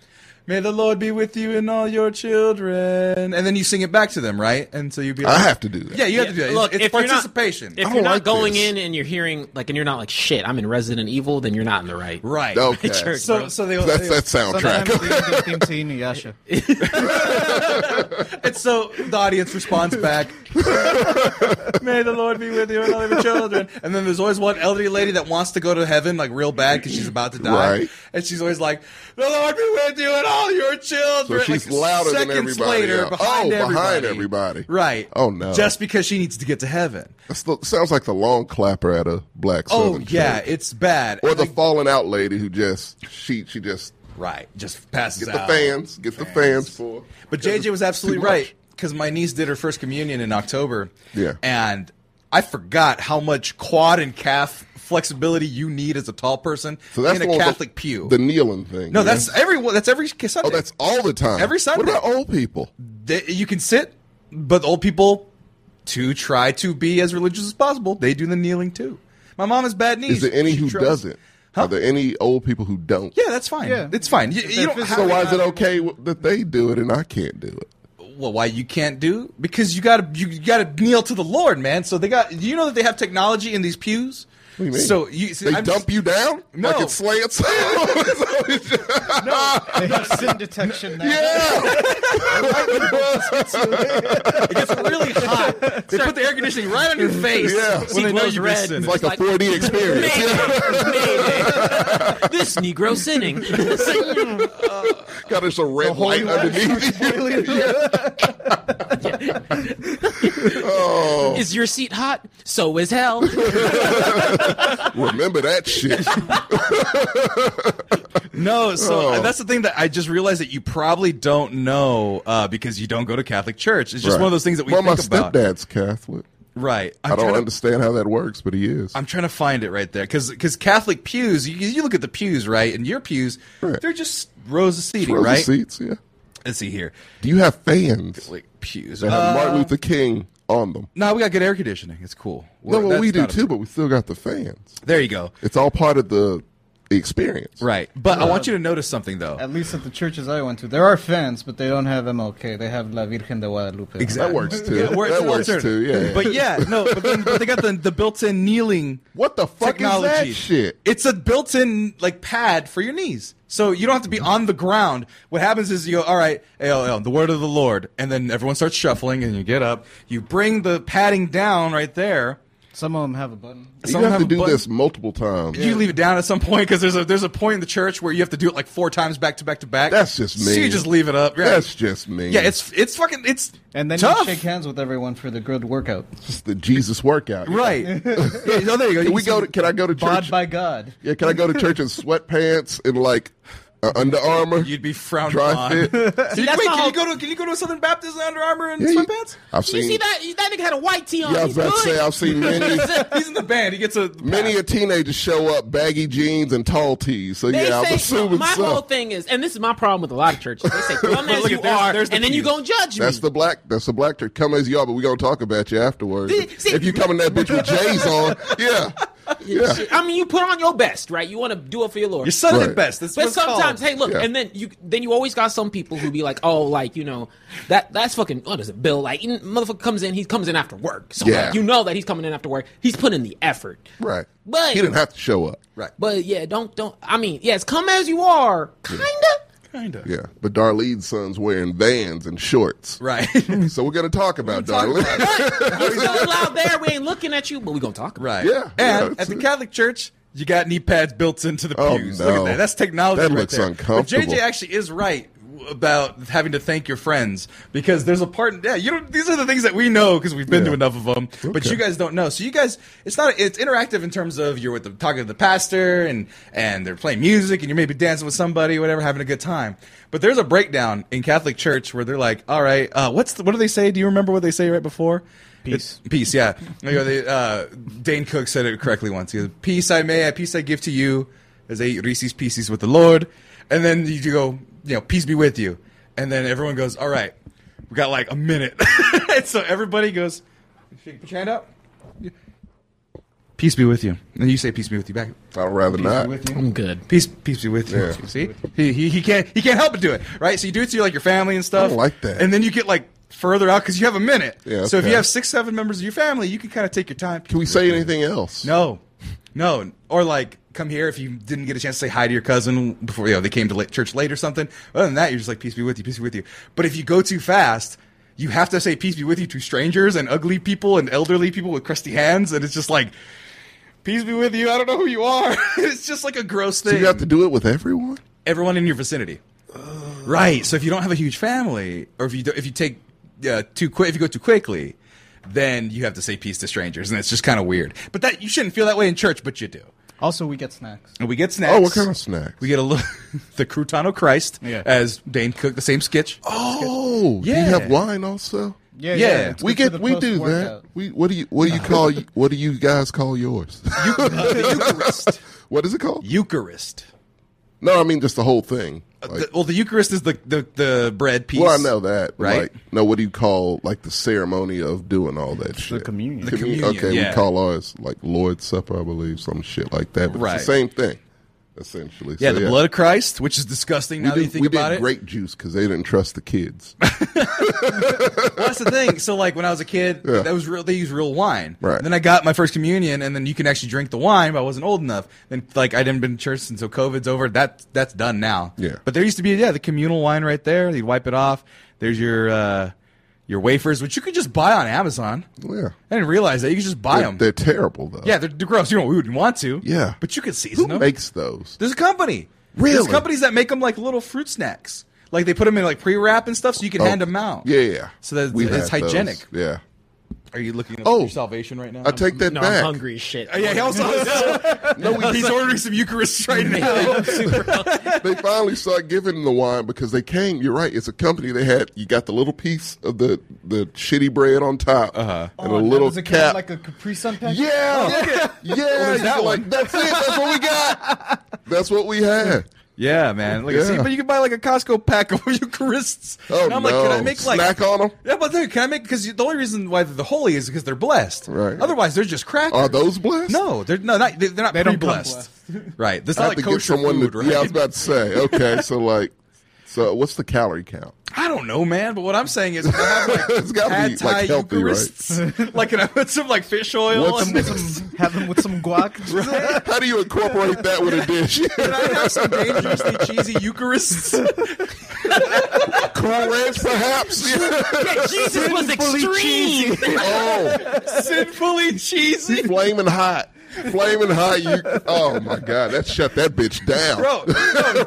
C: "May the Lord be with you and all your children," and then you sing it back to them, right? And so you'd be, like,
A: I have to do that.
C: yeah, you have to do it. It's-
E: Look,
C: it's
E: if you're not-
C: participation,
E: If
A: I don't
E: you're not
A: like
E: going
A: this.
E: in and you're hearing like, and you're not like, shit, I'm in Resident Evil, then you're not in the right.
C: <laughs>
E: <laughs>
C: right?
A: Okay.
E: Church.
C: So, so they
A: That's that
D: Sometimes
A: soundtrack.
D: they theme to Inuyasha.
C: And so the audience responds
A: <laughs>
C: back, "May the Lord be with you and all of your children." And then there's always one elderly lady that wants to go to heaven like real bad because she's about to die,
A: Right.
C: and she's always like, "The Lord be with you and all your
A: So
C: children."
A: she's
C: like,
A: louder than
C: seconds
A: everybody
C: Later,
A: else.
C: behind
A: Oh,
C: everybody.
A: behind everybody.
C: Right.
A: Oh, no.
C: Just because she needs to get to heaven.
A: <laughs> That's the, sounds like the long clapper at a black
C: Oh
A: southern
C: yeah,
A: church.
C: it's bad.
A: or
C: And
A: the
C: they-
A: falling out lady who just she she just
C: right. Just passes
A: get
C: out.
A: the fans, get the fans for.
C: But JJ was absolutely right because my niece did her first communion in October.
A: Yeah.
C: and I forgot how much quad and calf flexibility you need as a tall person
A: So that's
C: in
A: the
C: a
A: one with
C: Catholic
A: the,
C: pew.
A: The kneeling thing.
C: no,
A: yeah?
C: that's every that's every Sunday.
A: oh, that's all the time.
C: Every Sunday.
A: What about old people?
C: They- you can sit, but old people to try to be as religious as possible, they do the kneeling too. My mom has bad knees.
A: Is there any
C: She
A: who
C: tries-
A: doesn't? Are there any old people who don't?
C: Yeah, that's fine.
D: Yeah.
C: It's fine. You, you don't have
A: So why is it okay w- that they do it and I can't do it?
C: well, why you can't do? Because you gotta you gotta kneel to the Lord, man. So they got you know that they have technology in these pews.
A: What do you mean?
C: So you see,
A: they
C: I'm
A: dump
C: just-
A: you down
C: No.
A: like it
C: <laughs>
A: slants. <laughs>
D: They have sin detection now. <laughs>
A: yeah,
C: It gets
A: <laughs>
C: really hot. They put the air conditioning right on your face.
A: Yeah.
C: When they know
E: Glows
C: you've been
E: red.
C: sinning.
A: it's like a
C: <laughs>
A: 4D experience. Yeah.
E: this
A: <laughs>
E: Negro sinning.
A: Got us a red light underneath. you.
E: is your seat hot? So
A: <laughs>
E: is hell.
A: Remember that shit.
C: No, so
A: Oh.
C: that's the thing that I just realized that you probably don't know uh, because you don't go to Catholic church. It's just
A: Right.
C: one of those things that we
A: Well, my
C: think about.
A: stepdad's Catholic.
C: Right.
A: I'm
C: I'm
A: I do
C: trying
A: not
C: to-
A: understand how that works, but he is.
C: I'm trying to find it right there because Catholic pews. You, you look at the pews, right? And your pews,
A: Right.
C: they're just rows of seating,
A: Rows of
C: right?
A: seats. Yeah.
C: Let's see here.
A: Do you have fans
C: Like pews.
A: that have Martin Luther King on them?
C: No, we got good air conditioning. It's cool.
A: No,
C: We're-
A: well, we do
C: that's not a-
A: too, but we still got the fans.
C: There you go.
A: It's all part of the experience.
C: Right, but I want you to notice something though.
D: At least at the churches I went to, there are fans, but they don't have MLK. They have La Virgen de Guadalupe.
A: That works too.
C: Yeah, we're- it's
A: that
C: an
A: works too.
C: alternative.
A: Yeah.
C: But yeah, no, but, then, but they got the, the built-in kneeling
A: what the fuck
C: technology.
A: is that shit?
C: It's a built-in like pad for your knees, so you don't have to be on the ground. What happens is you go, all right, ALL, the word of the Lord, and then everyone starts shuffling, and you get up, you bring the padding down right there.
D: Some of them have a button.
A: you
C: Some
A: have,
C: have
A: to
C: a
A: do
C: button.
A: this multiple times.
C: You leave it down at some point because there's a there's a point in the church where you have to do it like four times back to back to back.
A: That's just
C: So you
A: mean.
C: just leave it up. Yeah.
A: That's just me.
C: yeah. It's it's fucking it's
D: And then
C: tough.
D: you shake hands with everyone for the good workout.
A: just the Jesus workout. <laughs>
C: Right. Yeah, oh, there you go. You
A: Can we
C: see-
A: go? To, can I go to
D: Bod
A: church?
D: by God.
A: yeah. Can I go to church in sweatpants and like uh, Under Armour?
C: <laughs> You'd be frowned
A: Dry
C: upon. <laughs>
A: fit.
C: Dude,
E: that's
C: wait,
E: my
C: can
E: whole-
C: you go to can you go to a Southern Baptist Under Armour and
A: Yeah, you-
C: sweatpants?
A: I've
E: you
A: seen.
E: see that? That nigga had a white tee on.
A: yeah, I was
E: He's
A: about to
E: good.
A: say I've
E: <laughs>
A: seen many.
C: He's in the band. He gets a
A: Many a teenager show up baggy jeans and tall tees. So
E: They
A: yeah, I'm
E: say
A: assuming
E: my whole
A: so.
E: thing is, and this is my problem with a lot of churches. They say, "Come
C: Well,
E: as
C: look
E: you
C: at- there's-
E: are,"
C: there's the
E: and then you
C: pews.
E: gonna judge me.
A: That's the black. That's the black church. Come as you are, but we gonna talk about you afterwards.
E: See- see-
A: if you come in that bitch with J's
E: <laughs>
A: on, yeah, yeah.
E: I mean, you put on your best, right? You want to do it for your Lord.
C: Your Southern
A: Right.
C: Best. That's
E: But
C: what it's called.
E: sometimes, hey, look,
A: Yeah.
E: and then you then you always got some people who be like, oh, like you know, that that's fucking what is it, Bill? Like, you- motherfucker comes in, he comes in after work, so like,
A: Yeah.
E: you know that he's coming in after work. He's putting in the effort,
A: Right.
E: But-
A: he didn't have to show up.
C: right.
E: But yeah, don't don't. I mean, yes, come as you are, kinda.
A: <laughs>
C: kinda.
A: Yeah, but Darlene's son's wearing Vans and shorts.
C: Right. <laughs>
A: So we're gonna talk about
C: gonna
A: Darlene.
C: talk
E: But you still out there, we ain't looking at you, but we gonna talk about.
C: right.
A: Yeah, yeah,
C: And
A: it's
C: at the
A: a-
C: Catholic Church, You got knee pads built into the
A: Oh,
C: pews. Look at
A: no.
C: that. That's technology.
A: That
C: right
A: looks
C: there.
A: uncomfortable.
C: But JJ actually is right about having to thank your friends because there's a part. Yeah, you don't. These are the things that we know because we've been
A: Yeah.
C: to enough of them. But
A: Okay.
C: you guys don't know. So you guys, it's not. It's interactive in terms of you're with the talking to the pastor and and they're playing music and you're maybe dancing with somebody, whatever, having a good time. But there's a breakdown in Catholic Church where they're like, all right, uh, what's the, what do they say? Do you remember what they say right before?
D: Peace.
C: It- peace, yeah. You know, they, uh, Dane Cook said it correctly once. He goes, Peace I may, peace I give to you, as I eat Reese's Pieces with the Lord. And then you go, you know, peace be with you. And then everyone goes, All right, we got like a minute. <laughs> and so everybody goes, Put your hand up. Peace be with you. And you say, Peace be with you back.
A: <laughs> I'd rather
C: Peace
A: not.
C: be with you.
E: I'm good.
C: Peace, peace be with you.
A: Yeah.
C: See, he, he he can't he can't help but do it, right? So you do it to like your family and stuff.
A: I don't like that.
C: And then you get like further out because you have a minute.
A: Yeah,
C: So if you
A: okay.
C: have six, seven members of your family, you can kind of take your time.
A: Can we say anything else?
C: No, no, or like come here if you didn't get a chance to say hi to your cousin before you know they came to late, church late or something. Other than that, you're just like peace be with you, peace be with you. But if you go too fast. You have to say peace be with you to strangers and ugly people and elderly people with crusty hands, and it's just like, peace be with you. I don't know who you are. <laughs> it's just like a gross thing
A: So you have to do it with everyone.
C: everyone in your vicinity. Right. So if you don't have a huge family, or if you do, if you take uh, too quick, if you go too quickly, then you have to say peace to strangers, and it's just kind of weird. But that you shouldn't feel that way in church, but you do.
D: Also, we get snacks.
C: And we get snacks.
A: Oh, what kind of snacks?
C: We get a little <laughs> the crouton of Christ
D: Yeah.
C: as Dane Cook, the same sketch.
A: oh, do you
C: Yeah.
A: have wine also.
D: Yeah,
C: Yeah.
D: yeah.
C: It's
A: We get we do that. We what do you what do you call
C: <laughs>
A: what do you guys call yours? <laughs>
C: Eucharist.
A: what is it called?
C: <laughs> Eucharist.
A: No, I mean just the whole thing. Like,
C: Uh, The- well, the Eucharist is the, the, the bread piece.
A: well, I know that. but,
C: right?
A: Like, no, what do you call like the ceremony of doing all that shit?
D: communion. The
A: Commu-
C: communion,
A: okay,
C: yeah.
A: we call ours like Lord's Supper, I believe, some shit like that. But
C: Right.
A: it's the same thing, essentially.
C: Yeah,
A: So,
C: the blood of Christ, which is disgusting
A: We
C: now that you
A: did,
C: think
A: we
C: about
A: did
C: it.
A: grape juice because they didn't trust the
C: <laughs>
A: kids.
C: Well, that's the thing. So like when I was a kid,
A: Yeah.
C: that was real. They used real wine.
A: Right.
C: Then I got my first communion, and then you can actually drink the wine. But I wasn't old enough. Then like I didn't been to church until COVID's over. That that's done now.
A: Yeah.
C: But there used to be yeah the communal wine right there. You'd wipe it off. There's your uh, your wafers, which you could just buy on Amazon.
A: yeah,
C: I didn't realize that you could just buy
A: they're,
C: them.
A: they're terrible though.
C: yeah, they're, they're gross. You know we wouldn't want to.
A: Yeah.
C: But you could season
A: who
C: them.
A: makes those?
C: There's a company. There's
A: Really?
C: companies that make them like little fruit snacks. Like they put them in like pre-wrap and stuff, so you can
A: Oh,
C: hand them out.
A: Yeah, yeah.
C: So that
A: We've
C: it's
A: had those.
C: hygienic.
A: Yeah,
C: Are you looking at
A: Oh.
C: your salvation right now?
A: I take that
E: No,
A: back.
E: I'm hungry as shit.
C: Uh, yeah, he
E: <laughs>
C: also <laughs> no, he's ordering some Eucharist right now.
A: they finally start giving the wine because they came. You're right. It's a company they had. You got the little piece of the the shitty bread on top
C: Uh-huh.
A: and
C: Oh,
A: a little
D: does it come
A: cap.
D: like a Capri Sun pack?
A: yeah,
C: <laughs>
A: yeah.
C: there's
A: you
C: that
A: go like,
C: one.
A: that's it. That's what we got.
C: <laughs>
A: That's what we had.
C: <laughs> yeah, man. Like, see,
A: Yeah.
C: but you can buy like a Costco pack of <laughs> Eucharists.
A: Oh
C: and I'm
A: no!
C: like, can I make like?
A: snack on them?
C: yeah, but dude, can I make? Because the only reason why they're holy is because they're blessed.
A: Right.
C: Otherwise, they're just crackers.
A: Are those blessed?
C: No, they're no, not, they're not
D: They don't come
C: pre-blessed. <laughs> right. That's
A: I
C: not
A: have
C: like
A: to
C: kosher
A: get someone
C: food,
A: to.
C: right?
A: Yeah, I was about to say. Okay, so like, so what's the calorie count?
C: <laughs> I don't know, man. But what I'm saying is, if I have like
A: <laughs> It's gotta be,
C: pad
A: like,
C: thai
A: healthy, right?
C: Eucharists. <laughs> like, can I put some like fish oil
A: What's
C: and
A: this?
D: Have them with some guac.
C: <laughs>
A: How do you incorporate that with a dish?
C: Can I have some dangerously cheesy
A: <laughs>
C: Eucharists?
A: cool ranch, perhaps. <laughs> Yeah.
E: Jesus was extreme.
A: Oh.
C: Sinfully cheesy.
A: flaming hot, flaming hot. You, oh my god, that shut that bitch down,
C: Bro,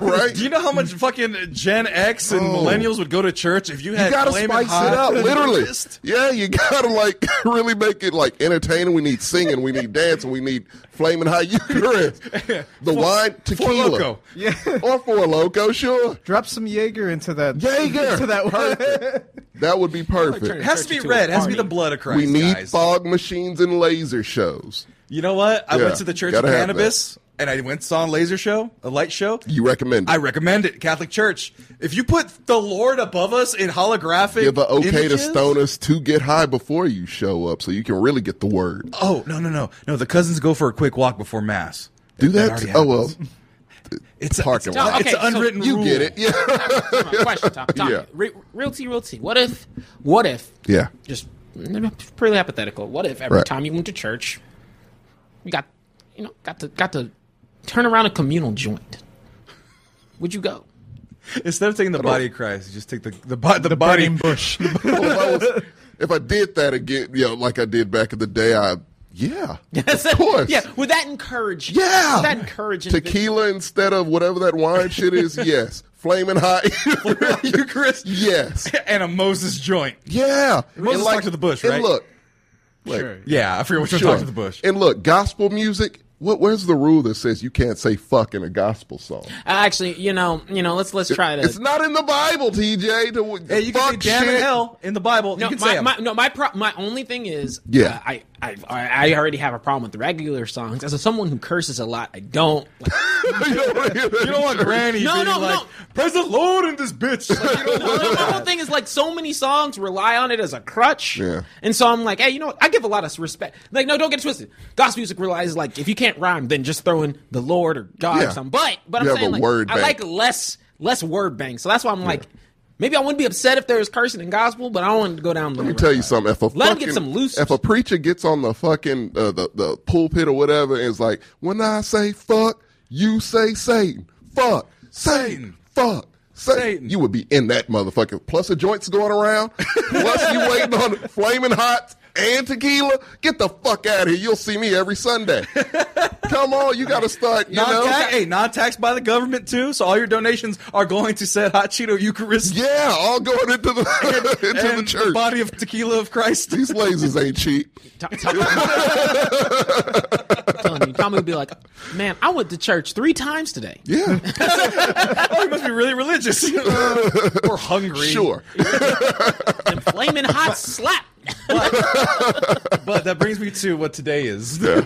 C: no,
A: <laughs> right?
C: do
A: You,
C: you know how much fucking Gen X and
A: Oh.
C: millennials would go to church if you had
A: gotta
C: flaming
A: spice
C: hot
A: it up, literally.
C: Eucharist?
A: Yeah, you gotta like <laughs> really make it like entertaining. We need singing, we need dancing, we need flaming hot
C: <laughs>
A: Eucharist, the wine,
C: Four
A: tequila,
C: Loco.
D: <laughs> yeah.
A: or four loco, sure.
D: Drop some Jaeger into
A: <laughs>
D: that.
A: Jaeger.
D: <laughs> Into that word.
A: That would be
C: It
A: perfect.
C: has to be red. It has to be the blood of Christ.
A: We need
C: guys.
A: fog machines and laser shows.
C: You know what? I
A: Yeah,
C: went to the church of
A: gotta have
C: cannabis and I went saw a laser show, a light show.
A: You recommend? it.
C: I recommend it, Catholic Church. If you put the Lord above us in holographic,
A: Give a okay
C: images,
A: to stoners to get high before you show up, so you can really get the word.
C: Oh no no no no! The cousins go for a quick walk before mass.
A: Do that.
C: already
A: oh well.
C: happens. It's a,
A: Parking
C: it's, a-
A: lot.
C: it's
E: Okay,
C: an
E: so
C: unwritten
A: You
C: rule.
A: get it. <laughs> Yeah.
E: Question, Tom. Tom
A: Yeah.
E: re- realty, realty. What if? What if?
A: Yeah.
E: Just pretty hypothetical. What if every
A: Right.
E: time you went to church, you got, you know, got to got to turn around a communal joint? Would you go?
C: Instead of taking the body of Christ, you just take the the, bo- the, body <laughs>
D: burning bush.
A: Well, if, I was, if I did that again, you know, like I did back in the day, I
C: <laughs>
A: Yeah,
E: <laughs>
A: of course.
E: yeah. Would that encourage?
A: Yeah.
E: Would that encourage? individuals-
A: Tequila instead of whatever that wine shit
C: <laughs>
A: is. yes, flaming hot. <laughs>
C: Eucharist
A: yes,
C: <laughs> and a Moses joint.
A: yeah.
C: Moses
A: And
C: talked to the bush,
A: and
C: right?
A: Look, like,
D: Sure.
C: Yeah, I forget which one
A: sure.
C: talked to the bush.
A: And look, gospel music. What? Where's the rule that says you can't say "fuck" in a gospel song?
E: Actually, you know, you know. Let's let's try to.
A: It's not in the Bible, TJ. To,
C: Hey, you
A: fuck
C: can say damn
A: shit.
C: and hell in the Bible.
E: No,
C: you can
E: my,
C: say 'em.
E: my no, my pro- my only thing is,
A: Yeah.
E: uh, I, I I already have a problem with regular songs. As a, someone who curses a lot, I don't. Like,
A: <laughs> you don't want to hear that
C: You don't want
A: shit.
C: Granny
E: No,
C: being
E: no,
C: like,
E: no.
C: praise the Lord in this bitch. Like, you don't- <laughs>
E: no, no, the whole thing is like so many songs rely on it as a crutch,
A: Yeah.
E: and so I'm like, hey, you know, what? I give a lot of respect. Like, no, don't get it twisted. Gospel music relies like if you can't rhyme, then just throw in the Lord or God
A: Yeah.
E: or something. But but
A: You
E: I'm
A: have
E: saying
A: a
E: like
A: word
E: I
A: bank.
E: like less less word bank, so that's why I'm like. Maybe I wouldn't be upset if there was cursing in gospel, but I don't want to go down.
A: Let me tell you something. If a
E: Let him
A: fucking,
E: get some loose-
A: if a preacher gets on the fucking uh, the the pulpit or whatever, and is like, when I say fuck, you say Satan, fuck Satan,
C: Satan.
A: fuck. Satan.
C: Satan.
A: you would be in that motherfucker. Plus the joints going around. Plus you waiting on flaming hot and tequila. Get the fuck out of here. You'll see me every Sunday. Come on, you got to start. You know,
C: Non-tax, hey, non-taxed by the government too, so all your donations are going to said hot Cheeto Eucharist
A: yeah, all going into the <laughs> into
C: and
A: the church.
C: body of tequila of Christ. <laughs>
A: These lasers ain't cheap.
E: Tom, Tom, I'm <laughs> telling you, Tommy would be like, "Man, I went to church three times today."
A: Yeah,
C: oh, you must be really
A: <laughs>
C: religious. or hungry.
A: sure.
E: Them flaming hot slap. <laughs>
C: But that brings me to what today is. <laughs> now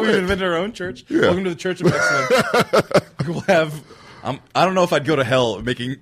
C: we've invented our own church. Welcome to the Church of Excellence.
A: <laughs>
C: we'll have. I'm, I don't know if I'd go to hell making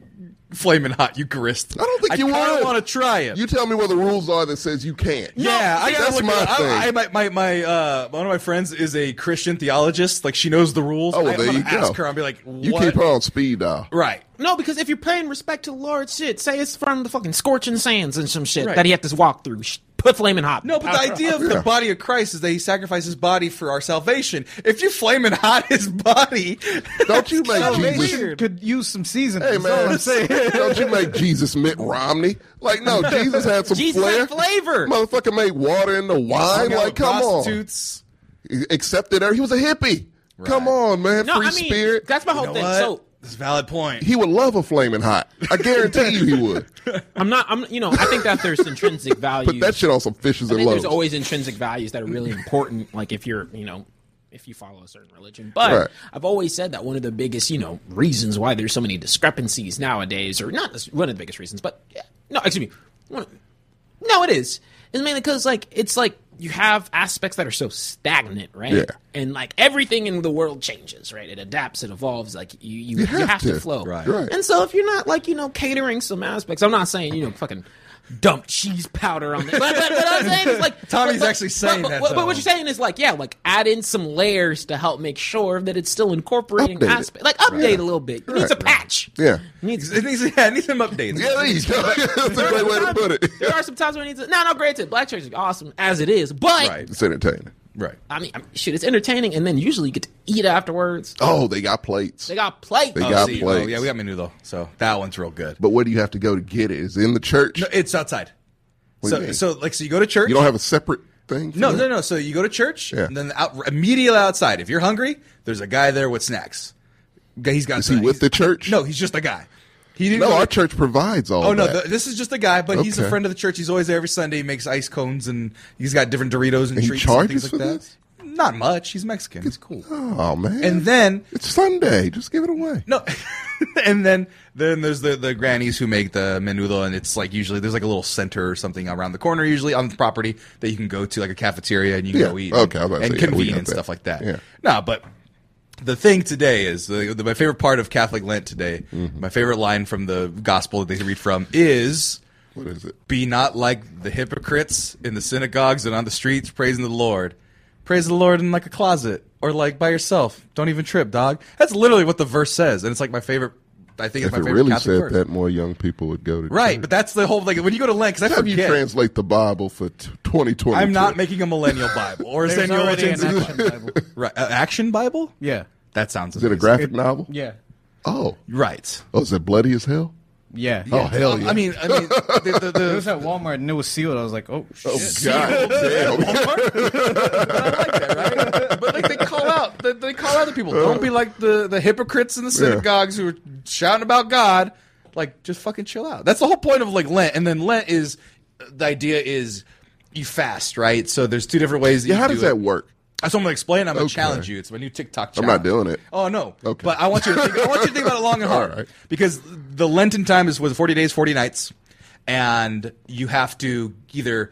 C: flaming hot Eucharist.
A: I don't think you would.
C: want to try it.
A: You tell me what the rules are that says you can't.
C: yeah, I gotta
A: that's
C: look
A: my
C: it up.
A: thing.
C: I, I, my my, my uh, one of my friends is a Christian theologist. Like she knows the rules.
A: Oh, well,
C: I,
A: there
C: I'm
A: you
C: gonna
A: go.
C: Ask her. I'll be like, what?
A: you keep her on speed dial.
C: right.
E: No, because if you're paying respect to the Lord, shit, say it's from the fucking scorching sands and some shit
C: Right.
E: that he had to walk through. Sh- Put flaming hot.
C: No, but the idea of
A: Yeah.
C: the body of Christ is that he sacrificed his body for our salvation. If you flaming hot his body,
A: Don't you make
C: kinda
A: Jesus?
C: weird.
D: Could use some seasoning.
A: Hey
D: Hey,
A: man,
D: I'm saying.
A: <laughs> don't you make Jesus Mitt Romney? Like, no, Jesus had some
E: Jesus
A: flair.
E: had flavor.
A: Motherfucker made water into wine.
C: hung out
A: Like,
C: with
A: come on.
C: prostitutes.
A: He Accepted every. He was a hippie. Come on, man.
E: no,
A: Free
E: I mean
A: spirit.
E: that's my
C: You
E: whole
C: know
E: thing.
C: what?
E: So
C: That's a valid point.
A: He would love a flaming hot. I guarantee you, he would.
E: I'm not. I'm you know I think
C: <laughs>
E: that there's intrinsic value.
A: Put that shit on some fishes
E: I
A: and
E: think there's
A: loaves.
E: always intrinsic values that are really important, like if you're, you know, if you follow a certain religion. But
A: Right.
E: I've always said that one of the biggest, you know, reasons why there's so many discrepancies nowadays, or not this- one of the biggest reasons, but yeah, no, excuse me, one, no, it is. It's mainly because like it's like you have aspects that are so stagnant, right?
A: Yeah.
E: And like everything in the world changes, right? It adapts, it evolves. Like you, you, you have, to, flow,
A: Right. Right.
E: And so if you're not like you know catering some aspects, I'm not saying you know fucking dump cheese powder on this. But, but, but I'm saying is like
C: Tommy's
E: but- but-
C: actually
E: but-
C: saying
E: but,
C: that,
E: But, but what
C: though.
E: you're saying is like yeah, like add in some layers to help make sure that it's still incorporating
A: Update it.
E: aspects. Like update a little bit. It needs a
A: Right.
E: patch.
A: Yeah.
E: It needs
C: <laughs> It needs, yeah, it needs some updates.
A: Yeah, there you go. <laughs> That's a great way to put it.
E: <laughs> there are some times when it needs. No, no, granted, black church is awesome as it is, but
C: Right.
A: It's entertaining.
C: Right.
E: I mean, I mean, shoot, it's entertaining, and then usually you get to eat afterwards.
A: Oh, they got plates.
E: They got plates.
A: They got-
C: See,
A: plates.
C: oh, yeah, we got menudo, so that one's real good.
A: But where do you have to go to get it? Is it in the church?
C: No, it's outside.
A: What do you
C: so,
A: mean?
C: so like, so you go to church.
A: You don't have a separate thing? for
C: no,
A: that?
C: no, no. So you go to church,
A: Yeah.
C: and then out, immediately outside, if you're hungry, there's a guy there with snacks. Okay, He's got.
A: Is he with the church?
C: No, he's just a guy. He didn't.
A: No,
C: go
A: our
C: to-
A: church provides all
C: Oh no,
A: that.
C: th this is just a guy, but he's a
A: Okay.
C: friend of the church. He's always there every Sunday. He makes ice cones and he's got different Doritos and,
A: he
C: treats
A: charges
C: and
A: for
C: things like that.
A: this?
C: Not much. He's Mexican. He's cool.
A: oh, man.
C: And then
A: It's Sunday. Just give it away.
C: no, <laughs> and then then there's the the grannies who make the menudo, and it's like usually there's like a little center or something around the corner, usually on the property that you can go to, like a cafeteria, and you can
A: Yeah.
C: go eat.
A: Okay, I was about to
C: and
A: say, yeah, we
C: convene
A: got
C: and
A: that.
C: stuff like that.
A: Yeah.
C: No, but the thing today is the, the, my favorite part of Catholic Lent today.
A: Mm-hmm.
C: My favorite line from the gospel that they read from is.
A: What is it?
C: Be not like the hypocrites in the synagogues and on the streets praising the Lord. Praise the Lord in like a closet or like by yourself. Don't even trip, dog. That's literally what the verse says, and it's like my favorite. I think
A: If
C: it's my
A: it
C: favorite
A: really
C: Catholic
A: said
C: verse.
A: that, more young people would go to
C: Right,
A: church.
C: but that's the whole like when you go to Lent, 'cause I
A: Have you
C: forget.
A: translate the Bible for t- 2020?
C: I'm not making a millennial Bible or a
D: There's
C: Samuel
D: already an
C: Johnson-
D: action Bible.
C: Right, uh, action Bible.
D: Yeah.
C: That sounds.
A: Is it a graphic novel?
D: Yeah.
A: Oh.
C: Right.
A: Oh, is it bloody as hell?
D: Yeah.
A: Oh hell yeah!
C: I mean, I mean, the, the,
D: <laughs> It
C: the,
D: was at Walmart and it was sealed. I was like, oh, shit.
A: oh god
C: <laughs>
A: damn! <laughs>
C: but like they call out they, they call out the people. Don't be like the, the hypocrites in the synagogues who are shouting about God. Like just fucking chill out. That's the whole point of like Lent. And then Lent is the idea is you fast, right? So there's two different ways. That
A: Yeah,
C: you
A: how
C: do
A: does
C: it.
A: that work?
C: That's what I'm gonna explain. I'm gonna
A: Okay.
C: challenge you. It's my new TikTok.
A: I'm
C: Challenge.
A: not doing it.
C: Oh no.
A: Okay.
C: But I want you to think, I want you to think about it long and
A: <laughs>
C: hard.
A: All right.
C: Because the Lenten time is was 40 days, 40 nights, and you have to either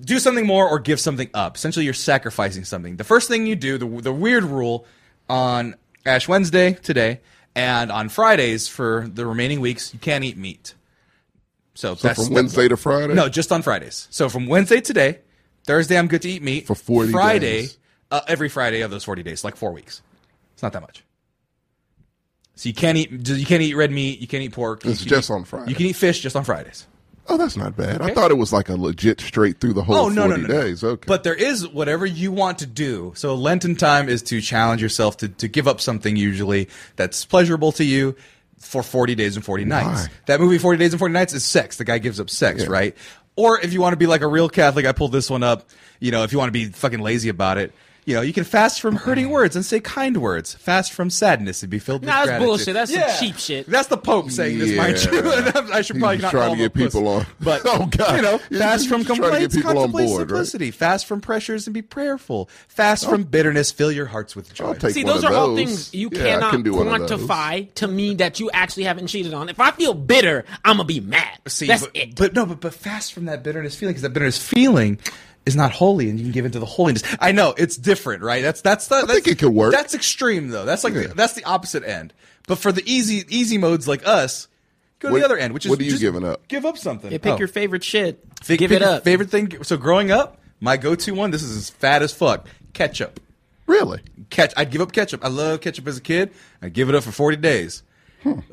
C: do something more or give something up. Essentially, you're sacrificing something. The first thing you do, the the weird rule on Ash Wednesday today, and on Fridays for the remaining weeks, you can't eat meat. So, that's
A: From Wednesday to Friday?
C: no, just on Fridays. So from Wednesday today, Thursday I'm good to eat meat.
A: For 40
C: Friday,
A: days.
C: Uh, every Friday of those 40 days, like four weeks. It's not that much. So you can't eat. You can't eat red meat. You can't eat pork.
A: It's
C: you can
A: just
C: eat-
A: on Friday.
C: You can eat fish just on Fridays.
A: Oh, that's not bad. I thought it was like a legit straight through the whole
C: Oh no, no,
A: 40
C: no, no.
A: days. Okay.
C: But there is whatever you want to do. So Lenten time is to challenge yourself to to give up something usually that's pleasurable to you for 40 days and 40 nights. That movie 40 days and 40 nights is sex. The guy gives up sex, right? Or if you want to be like a real Catholic, I pulled this one up, you know, if you want to be fucking lazy about it, you know, you can fast from hurting words and say kind words. Fast from sadness and be filled with
E: Nah, that's
C: gratitude.
E: bullshit. That's some cheap shit.
C: That's the Pope saying this, mind
A: Yeah.
C: you. <laughs> And I'm- I should probably
A: He's
C: not
A: trying
C: call
A: to
C: him a
A: get people on-
C: puss. But
A: <laughs> Oh, God.
C: you know,
A: He's
C: fast
A: just
C: from
A: trying to get
C: complaints,
A: people on
C: contemplate
A: board, right?
C: simplicity. Fast from pressures and be prayerful. Fast from bitterness, fill your hearts with joy.
A: Oh. I'll take
E: See,
A: one
E: those
A: of
E: are all
A: those.
E: things you
A: Yeah, I
E: cannot
A: can do one of those.
E: quantify to me that you actually haven't cheated on. If I feel bitter, I'm gonna be mad.
C: See,
E: That's
C: but,
E: it.
C: but no, but, but fast from that bitterness feeling because that bitterness feeling is not holy, and you can give into the holiness. I know it's different, right? That's that's the, that's,
A: think it could work.
C: That's extreme though. That's like the,
A: Yeah.
C: that's the opposite end. But for the easy easy modes like us, go
A: What-
C: to the other end, which is
A: what are you
C: just
A: giving up?
C: Give up something.
E: pick
C: Oh.
E: your favorite shit.
C: Think-
E: Give
C: pick
E: it
C: your
E: up.
C: Favorite thing. So growing up, my go-to one. This is as fat as fuck. Ketchup.
A: really?
C: Ketch. I'd give up ketchup. I love ketchup as a kid. I give it up for forty days.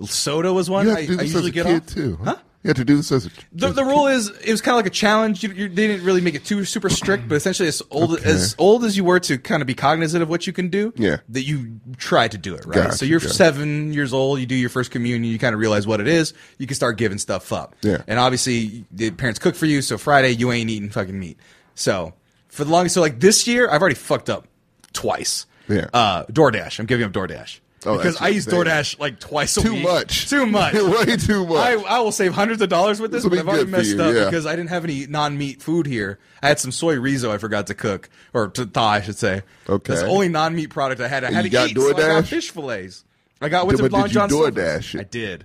C: Soda was one.
A: Hmm. You have
C: I,
A: to do
C: I
A: this as
C: usually
A: a
C: get
A: kid
C: off.
A: too.
C: Huh?
A: You have to do this as a
C: The, the rule is it was kind of like a challenge. You, you they didn't really make it too super strict, but essentially as old as old as you were to kind of be cognizant of what you can do.
A: Yeah.
C: that you try to do it right.
A: Gotcha,
C: so you're
A: gotcha.
C: seven years old. You do your first communion. You kind of realize what it is. You can start giving stuff up.
A: Yeah.
C: and obviously the parents cook for you. So Friday you ain't eating fucking meat. So for the longest, so like this year I've already fucked up twice.
A: Yeah.
C: uh, DoorDash. I'm giving up DoorDash.
A: Oh,
C: because
A: that's
C: I use
A: insane.
C: DoorDash like twice a
A: Too
C: week.
A: much.
C: Too
A: <laughs>
C: much.
A: Way too much.
C: I, I will save hundreds of dollars with this,
A: This'll
C: but
A: be
C: I've already
A: good for
C: messed
A: you,
C: up
A: yeah.
C: because I didn't have any non-meat food here. I had some soy rizo I forgot to cook or to thaw, I should say.
A: Okay.
C: that's the only non-meat product I had. I
A: And
C: had
A: you
C: to
A: got
C: eat. So I got
A: DoorDash?
C: fish fillets. I got went
A: Did-
C: to
A: but
C: Long
A: did you
C: John Silver's.
A: DoorDash it?
C: I did.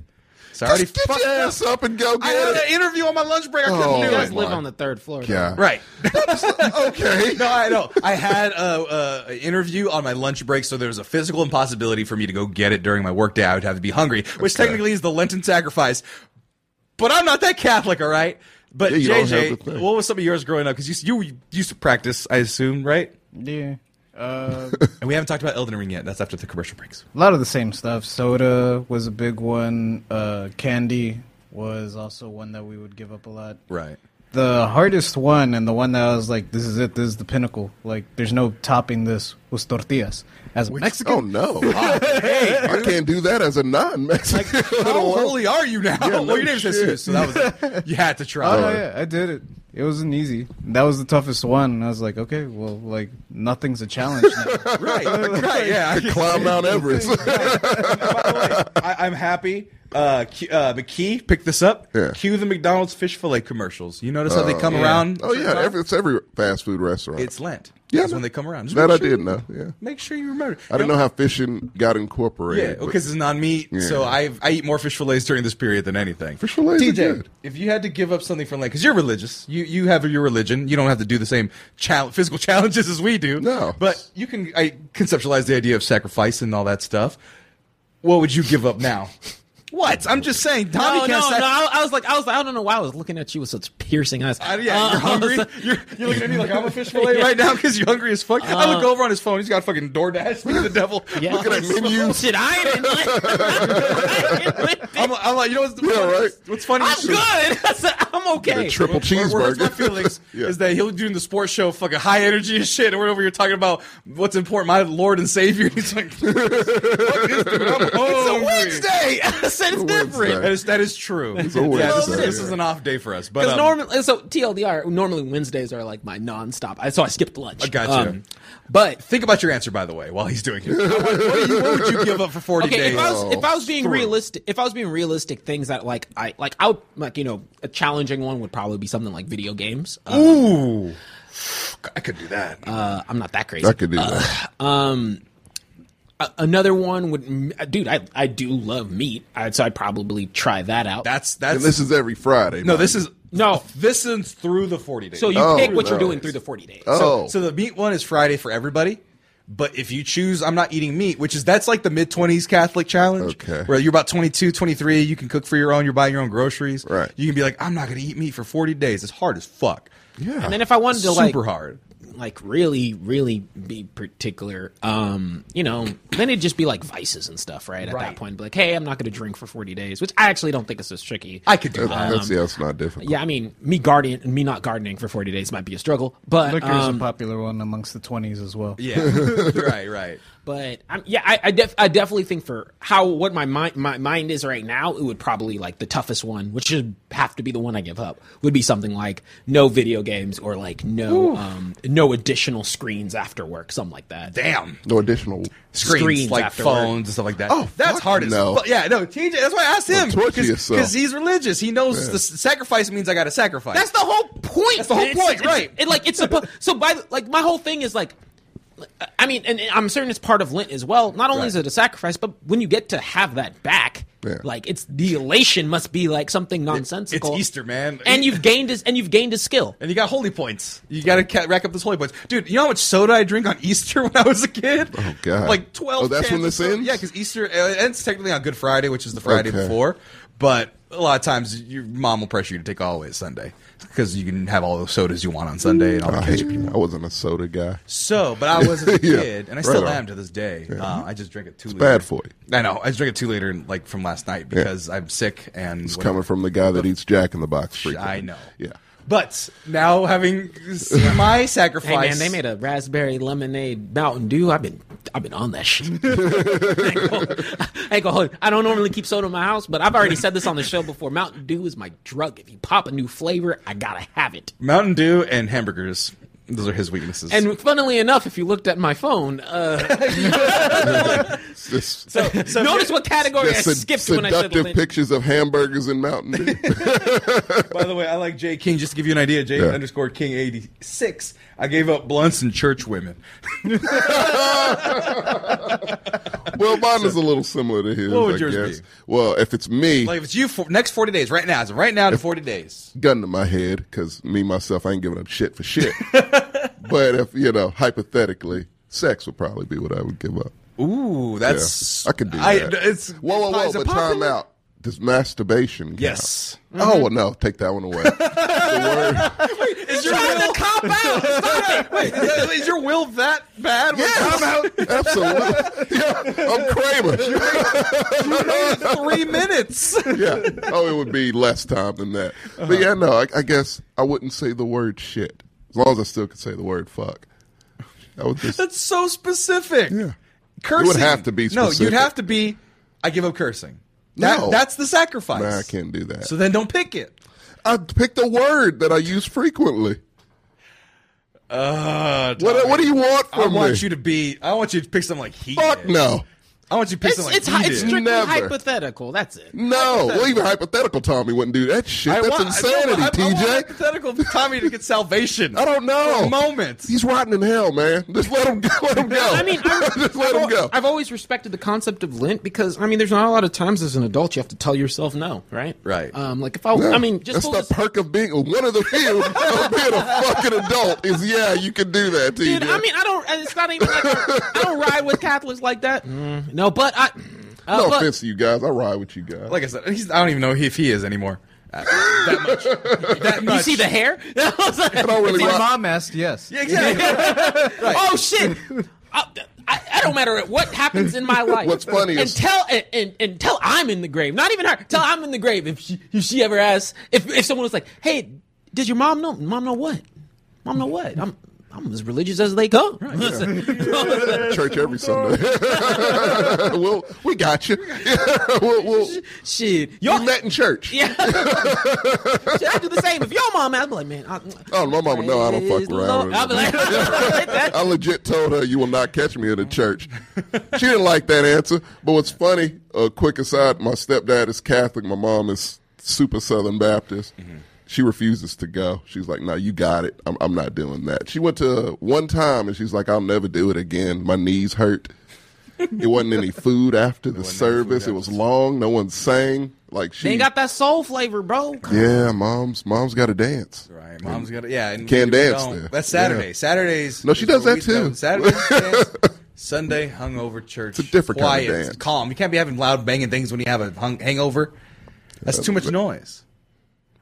C: So I already
A: Just get
C: fucked
A: your
C: up.
A: ass up and go
C: I
A: get
C: had
A: it.
C: an interview on my lunch break. I couldn't
A: Oh,
C: do
E: You guys
C: it.
A: my
E: live
A: God.
E: on the third floor. though.
A: Yeah.
C: Right.
A: <laughs> Okay.
C: No, I know. I had a, a interview on my lunch break, so there was a physical impossibility for me to go get it during my workday. I would have to be hungry, which
A: Okay.
C: technically is the Lenten sacrifice. But I'm not that Catholic, all right. But
A: Yeah, you don't have the
C: JJ,
A: thing.
C: what was some of yours growing up? Because you, you used to practice, I assume, right?
D: Yeah. Uh,
C: And we haven't talked about Elden Ring yet. That's after the commercial breaks.
D: a lot of the same stuff. Soda was a big one. Uh, candy was also one that we would give up a lot.
C: Right.
D: The hardest one and the one that I was like, this is it. This is the pinnacle. Like, there's no topping this was tortillas. As a Mexican,
A: Oh
C: <laughs>
A: no! I can't do that as a non-Mexican. <laughs>
C: How oh, holy are you now? well,
A: no
C: your name
A: shit.
C: is so that was it. you had to
A: <laughs>
C: try.
D: Oh, no, yeah, I did it. It wasn't easy. That was the toughest one. And I was like, okay, well, like nothing's a challenge.
C: <laughs>
D: Now.
C: Right, right, yeah.
A: Climb Mount Everest.
C: By the way, I, I'm happy. Uh, Q, uh, McKee picked this up.
A: Yeah.
C: Cue the McDonald's fish fillet commercials. You notice how they come
D: yeah.
C: around?
A: <laughs> oh yeah, every, it's every fast food restaurant.
C: it's Lent.
A: Yeah,
C: That's
A: no.
C: when they come around. Just
A: that
C: make
A: I
C: sure
A: did
C: you-
A: know. Yeah,
C: Make sure you remember.
A: I didn't know how fishing got
C: Yeah,
A: incorporated. but
C: because it's non-meat, so
A: Yeah.
C: I I eat more fish fillets during this period than anything.
A: fish fillets are
C: DJ,
A: good.
C: if you had to give up something for Lent, because you're religious, you you have your religion. You don't have to do the same chal- physical <laughs> challenges as we do.
A: No.
C: but you can I conceptualize the idea of sacrifice and all that stuff. What would you give up now? what I'm just saying, Tommy
E: No, no,
C: can't.
E: Oh, no.
C: sac-
E: I, I was like, I was, I don't know why I was looking at you with such piercing eyes.
C: I- yeah,
E: Uh,
C: you're hungry.
E: I was like-
C: You're, you're looking at me like I'm <laughs> a fish fillet right now because you're hungry as fuck. I look over on his phone. He's got fucking DoorDash. Speaking of the devil,
E: <laughs> Yeah.
C: looking at menus.
E: <laughs> Shit, I ain't in line.
C: I'm, I'm like, you know <laughs> what's,
A: Yeah, right.
C: what's funny?
E: I'm good. <laughs> I said, I'm okay.
A: a triple
E: Mm-hmm.
C: Where- where it hurts
A: cheeseburger.
C: my
E: <laughs>
C: feelings
A: Yeah.
C: is that he'll be doing the sports show, fucking high energy and shit, and we're over here talking about what's <laughs> important, my Lord and Savior. And he's like, "Fuck this dude, I'm hungry."
E: Wednesday. <laughs> said it's
A: It's a
E: different.
C: That is, that is true.
A: always
C: Yeah, this,
A: that,
C: this
A: yeah.
C: is an off day for us. But
E: Because
C: um,
E: normally, so TLDR, normally Wednesdays are like my nonstop. I so I skipped lunch. Um,
C: I gotcha.
E: but
C: think about your answer, by the way, while he's doing it. what, do you- what would you give up for 40
E: okay,
C: days?
E: if I was if I was being
C: Sure.
E: realistic, if I was being realistic, things that like I like I would like you know a challenging one would probably be something like video games. Uh,
C: Ooh. I could do that.
E: uh, I'm not that crazy.
A: <laughs>
E: Um,
A: I could do
C: Uh,
A: that.
E: A- another one would, m- uh, dude. I I do love meat, I, so I'd probably try that out.
C: that's
A: And
C: that's
A: this is every Friday.
C: no. This is <laughs>
E: No.
C: This is through the 40 days.
E: so you
A: Oh,
E: pick what you're
A: no.
E: doing through the 40 days.
A: oh,
C: So the meat one is Friday for everybody. But if you choose, I'm not eating meat, which is that's like the mid 20s Catholic challenge,
A: Okay.
C: where you're about 22, 23, you can cook for your own, you're buying your own groceries.
A: Right.
C: You can be like, I'm not going to eat meat for 40 days. It's hard as fuck.
A: yeah.
E: And then if I wanted to
C: Super
E: like
C: hard.
E: like really really be particular um you know then it'd just be like vices and stuff right at
C: Right.
E: that point be like hey i'm not gonna drink for 40 days which i actually don't think is as tricky
C: I could do
A: That-
C: that.
E: <laughs>
A: that's yeah, it's not difficult.
E: yeah i mean me guardian me not gardening for 40 days might be a struggle but
D: Liquor is a
E: um,
D: popular one amongst the 20s as well.
C: Yeah. <laughs> right, right.
E: but I'm, yeah i I, def- I definitely think for how what my mind my mind is right now it would probably like the toughest one which should have to be the one i give up would be something like no video games or like no um no additional screens after work something like that
C: Damn.
A: no additional.
C: Screens,
E: Screens
C: like
E: after work.
C: phones and stuff like that.
A: Oh,
C: that's
A: fuck
C: hard as
A: no.
C: fuck. Yeah, no, TJ. That's why I asked him
A: torture yourself.
C: because he's religious. He knows the s- sacrifice means I got to sacrifice.
E: That's the whole point.
C: That's the whole
E: It's-
C: point,
E: it's-
C: right.
E: It like it's supposed. so by the- like my whole thing is like, I mean, and I'm certain it's part of Lent as well. Not only is
C: Right.
E: it a sacrifice, but when you get to have that back,
A: Yeah.
E: like it's the elation must be like something nonsensical.
C: Easter, man.
E: and you've gained as and you've gained a skill.
C: and you got holy points. You got to ca- rack up those holy points, dude. You know how much soda I drink on Easter <laughs> when I was a kid? Oh
A: God.
C: like twelve.
A: Oh, that's when
C: cans
A: this
C: of soda.
A: ends?
C: Yeah, because Easter uh, it ends technically on Good Friday, which is the Friday
A: Okay.
C: before. But a lot of times, your mom will pressure you to take all the way to Sunday because you can have all the sodas you want on Sunday and all the
A: I,
C: ketchup
A: hate,
C: you want.
A: I wasn't a soda guy.
C: So, but
A: <laughs>
C: I was as a
A: Yeah,
C: kid, and I
A: right
C: still
A: on.
C: am to this day. Uh, I just drink a two. It's
A: bad for you.
C: I know. I just drink a two liter like from last night because I'm sick and
A: It's coming from the guy that eats Jack in the Box frequently.
C: I know.
A: Yeah.
C: But now
A: <laughs>
C: having seen my sacrifice,
E: Hey man, they made a raspberry lemonade Mountain Dew. I've been I've been on
C: <laughs>
E: that shit. <laughs> I ain't gonna hold it. I don't normally keep soda in my house, but I've already said this on the show before. Mountain Dew is my drug. If you pop a new flavor, I gotta have it.
C: Mountain Dew and hamburgers. Those are his weaknesses.
E: And funnily enough, if you looked at my phone, uh,
A: It's
E: <laughs>
A: just-
E: notice what category I
A: just sed-
E: skipped when I said
A: seductive
E: Lynch.
A: pictures of hamburgers and Mountain Dew.
C: by the way, I like Jay King. Just to give you an idea, Jay
A: Yeah.
C: underscore King eighty six. I gave up blunts and church women. <laughs>
A: well, mine is a little similar to his.
C: What would
A: I
C: yours
A: guess.
C: be?
A: Well, if it's me,
C: Like if it's you for next forty days, right now, as of right now to forty days.
A: gun to my head because me myself I ain't giving up shit for shit. but if you know, hypothetically, sex would probably be what I would give up.
C: Ooh,
A: Yeah,
C: that's
A: I could do that.
C: It's
A: whoa, whoa, whoa!
C: is it
A: But time
C: popular?
A: out. Does masturbation? Count?
C: Yes. Mm-hmm.
A: Oh well, no. Take that one
C: <laughs>
A: away. the word.
C: Is your will cop out? <laughs> Wait, is, is your will that bad?
A: Yes. Absolutely. Yeah, I'm
C: <laughs>
A: Kramer. <laughs>
C: Yes. Three minutes. <laughs>
A: Yeah. Oh, it would be less time than that.
C: Uh-huh.
A: But yeah, no. I, I guess I wouldn't say the word shit as long as I still could say the word fuck. I would just.
C: That's so specific.
A: Yeah.
C: Cursing.
A: It would have to be
C: No, you'd
A: specific.
C: have to be. I give up cursing. That,
A: No.
C: That's the sacrifice.
A: Nah, I can't do that.
C: So then don't pick it.
A: I picked a word that I use frequently.
C: Uh,
A: What, what do you want from
C: I want
A: me?
C: you to be. I want you to pick something like he.
A: Fuck
C: did.
A: no.
C: I want you to pick
E: It's,
C: something like
E: it's,
C: he
E: hy-
C: did.
E: it's strictly
A: Never.
E: hypothetical. That's it.
A: No. Well, even hypothetical Tommy wouldn't do that shit.
C: I
A: That's
C: want,
A: insanity,
C: I want, I want
A: TJ.
C: hypothetical Tommy to get
A: <laughs>
C: salvation.
A: I don't know.
C: For moments.
A: He's rotten in hell, man. Just let him go. Let him go. <laughs>
E: I mean, I,
A: just let
E: I've,
A: him go.
E: I've always respected the concept of lint because I mean, there's not a lot of times as an adult you have to tell yourself no, right?
C: Right.
E: Um, like if I,
A: Yeah.
E: I mean, just
A: that's
E: full
A: the
E: dis-
A: perk of being one of the few of being a fucking adult. Is yeah, you can do that, TJ.
E: Dude, I mean, I don't. It's not even.
A: <laughs>
E: Like, I don't ride with Catholics like that. No, but I. Uh,
A: Mm. no
E: but-
A: offense to you guys. I ride with you guys.
E: <laughs>
C: like I said, he's, I don't even know if he is anymore. Uh, that <laughs> much. That
E: You
C: much.
E: see the hair? <laughs>
A: I don't really
D: My
A: ride.
D: mom asked yes.
C: Yeah, exactly. <laughs>
E: Oh shit! I, I, I don't matter what happens in
A: <laughs>
E: my life.
A: What's funny is-
E: until and, and until I'm in the grave. Not even her. Until I'm in the grave. If she if she ever asks, if if someone was like, "Hey, did your mom know? Mom know what? Mom know what? I'm I'm as religious as they come.
A: Church every Sunday. <laughs> well, we got you. we'll, we'll,
E: <laughs> Shit,
A: we
E: y'all.
A: met in church.
E: <laughs> yeah. Shit, I do the same. If your mom, I'd be like, man. I,
A: Oh, my mama, no, I don't fuck around.
E: I'll be
A: <laughs>
E: like, <laughs> that,
A: I legit told her you will not catch me in the church. She didn't like that answer. But what's funny, a quick aside, my stepdad is Catholic, my mom is super Southern Baptist. She refuses to go. She's like, "No, you got it. I'm, I'm not doing that." She went to one time and she's like, "I'll never do it again. My knees hurt." It wasn't any food after the
C: wasn't any food
A: service. It was long. No one sang. Like
E: they
A: she,
E: ain't got that soul flavor, bro.
A: yeah, mom's mom's got to dance.
C: Right, mom's got to yeah. And
A: Can't
C: we
A: dance
C: don't.
A: there.
C: That's Saturday.
A: Yeah.
C: Saturdays.
A: No, she
C: is
A: does
C: where
A: that
C: we-
A: too.
C: no,
A: <laughs>
C: Saturdays dance. Sunday hungover church.
A: It's a different kind of
C: quiet,
A: dance.
C: calm. You can't be having loud banging things when you have a hung- hangover. That's too much noise.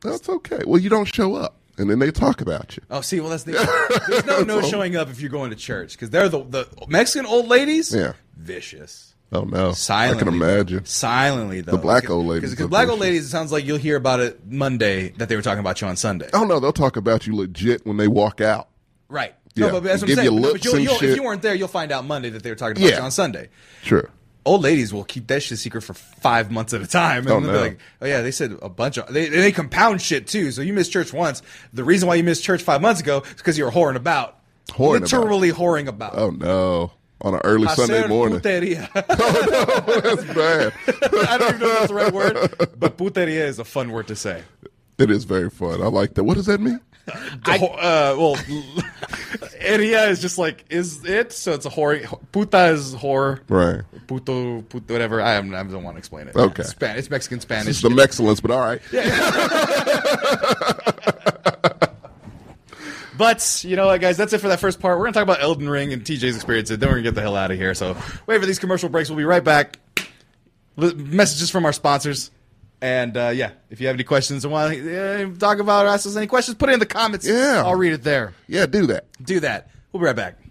A: That's okay. Well, you don't show up, and then they talk about you.
C: Oh, see,
A: <laughs>
C: well, that's the there's no no showing up if you're going to church because they're the the Mexican old ladies.
A: Yeah.
C: vicious.
A: Oh no!
C: Silently,
A: I can imagine.
C: Silently, though,
A: black old ladies
C: Because
A: are
C: black old
A: vicious.
C: ladies, it sounds like you'll hear about it Monday that they were talking about you on Sunday.
A: Oh no, they'll talk about you legit when they walk out.
C: Right.
A: Yeah.
C: No, but that's what I'm
A: Give
C: saying.
A: you
C: No, but
A: looks
C: you'll-
A: and
C: you'll-
A: shit.
C: If you weren't there, you'll find out Monday that they were talking about
A: Yeah.
C: you on Sunday.
A: Sure.
C: Old ladies will keep that shit secret for five months at a time, and
A: Oh,
C: then they're
A: no.
C: like, "Oh yeah, they said a bunch of they, and they compound shit too." So you missed church once. The reason why you missed church five months ago is because you were whoring about,
A: Whoring about.
C: literally whoring about.
A: Oh no! On an early Sunday
C: Hacer
A: morning.
C: putería.
A: <laughs>
C: <laughs>
A: Oh no, that's bad. <laughs>
C: I don't even know if that's the right word, but puteria is a fun word to say.
A: It is very fun. I like that. What does that mean?
C: I, uh, well, <laughs> area is just like is it? So it's a whore. Puta is whore.
A: Right.
C: Puto, puto, whatever. I, am, I don't want to explain it.
A: Okay.
C: It's, Span- it's Mexican
A: It's
C: Spanish.
A: the excellence, but all right.
C: but you know what, guys? That's it for that first part. We're gonna talk about Elden Ring and TJ's experience, and then we're gonna get the hell out of here. So wait for these commercial breaks. We'll be right back. L- messages from our sponsors. And uh, yeah, if you have any questions eh, and want to uh, talk about or ask us any questions, put it in the comments.
A: Yeah.
C: I'll read it there.
A: Yeah, do that.
C: Do that. We'll be right back.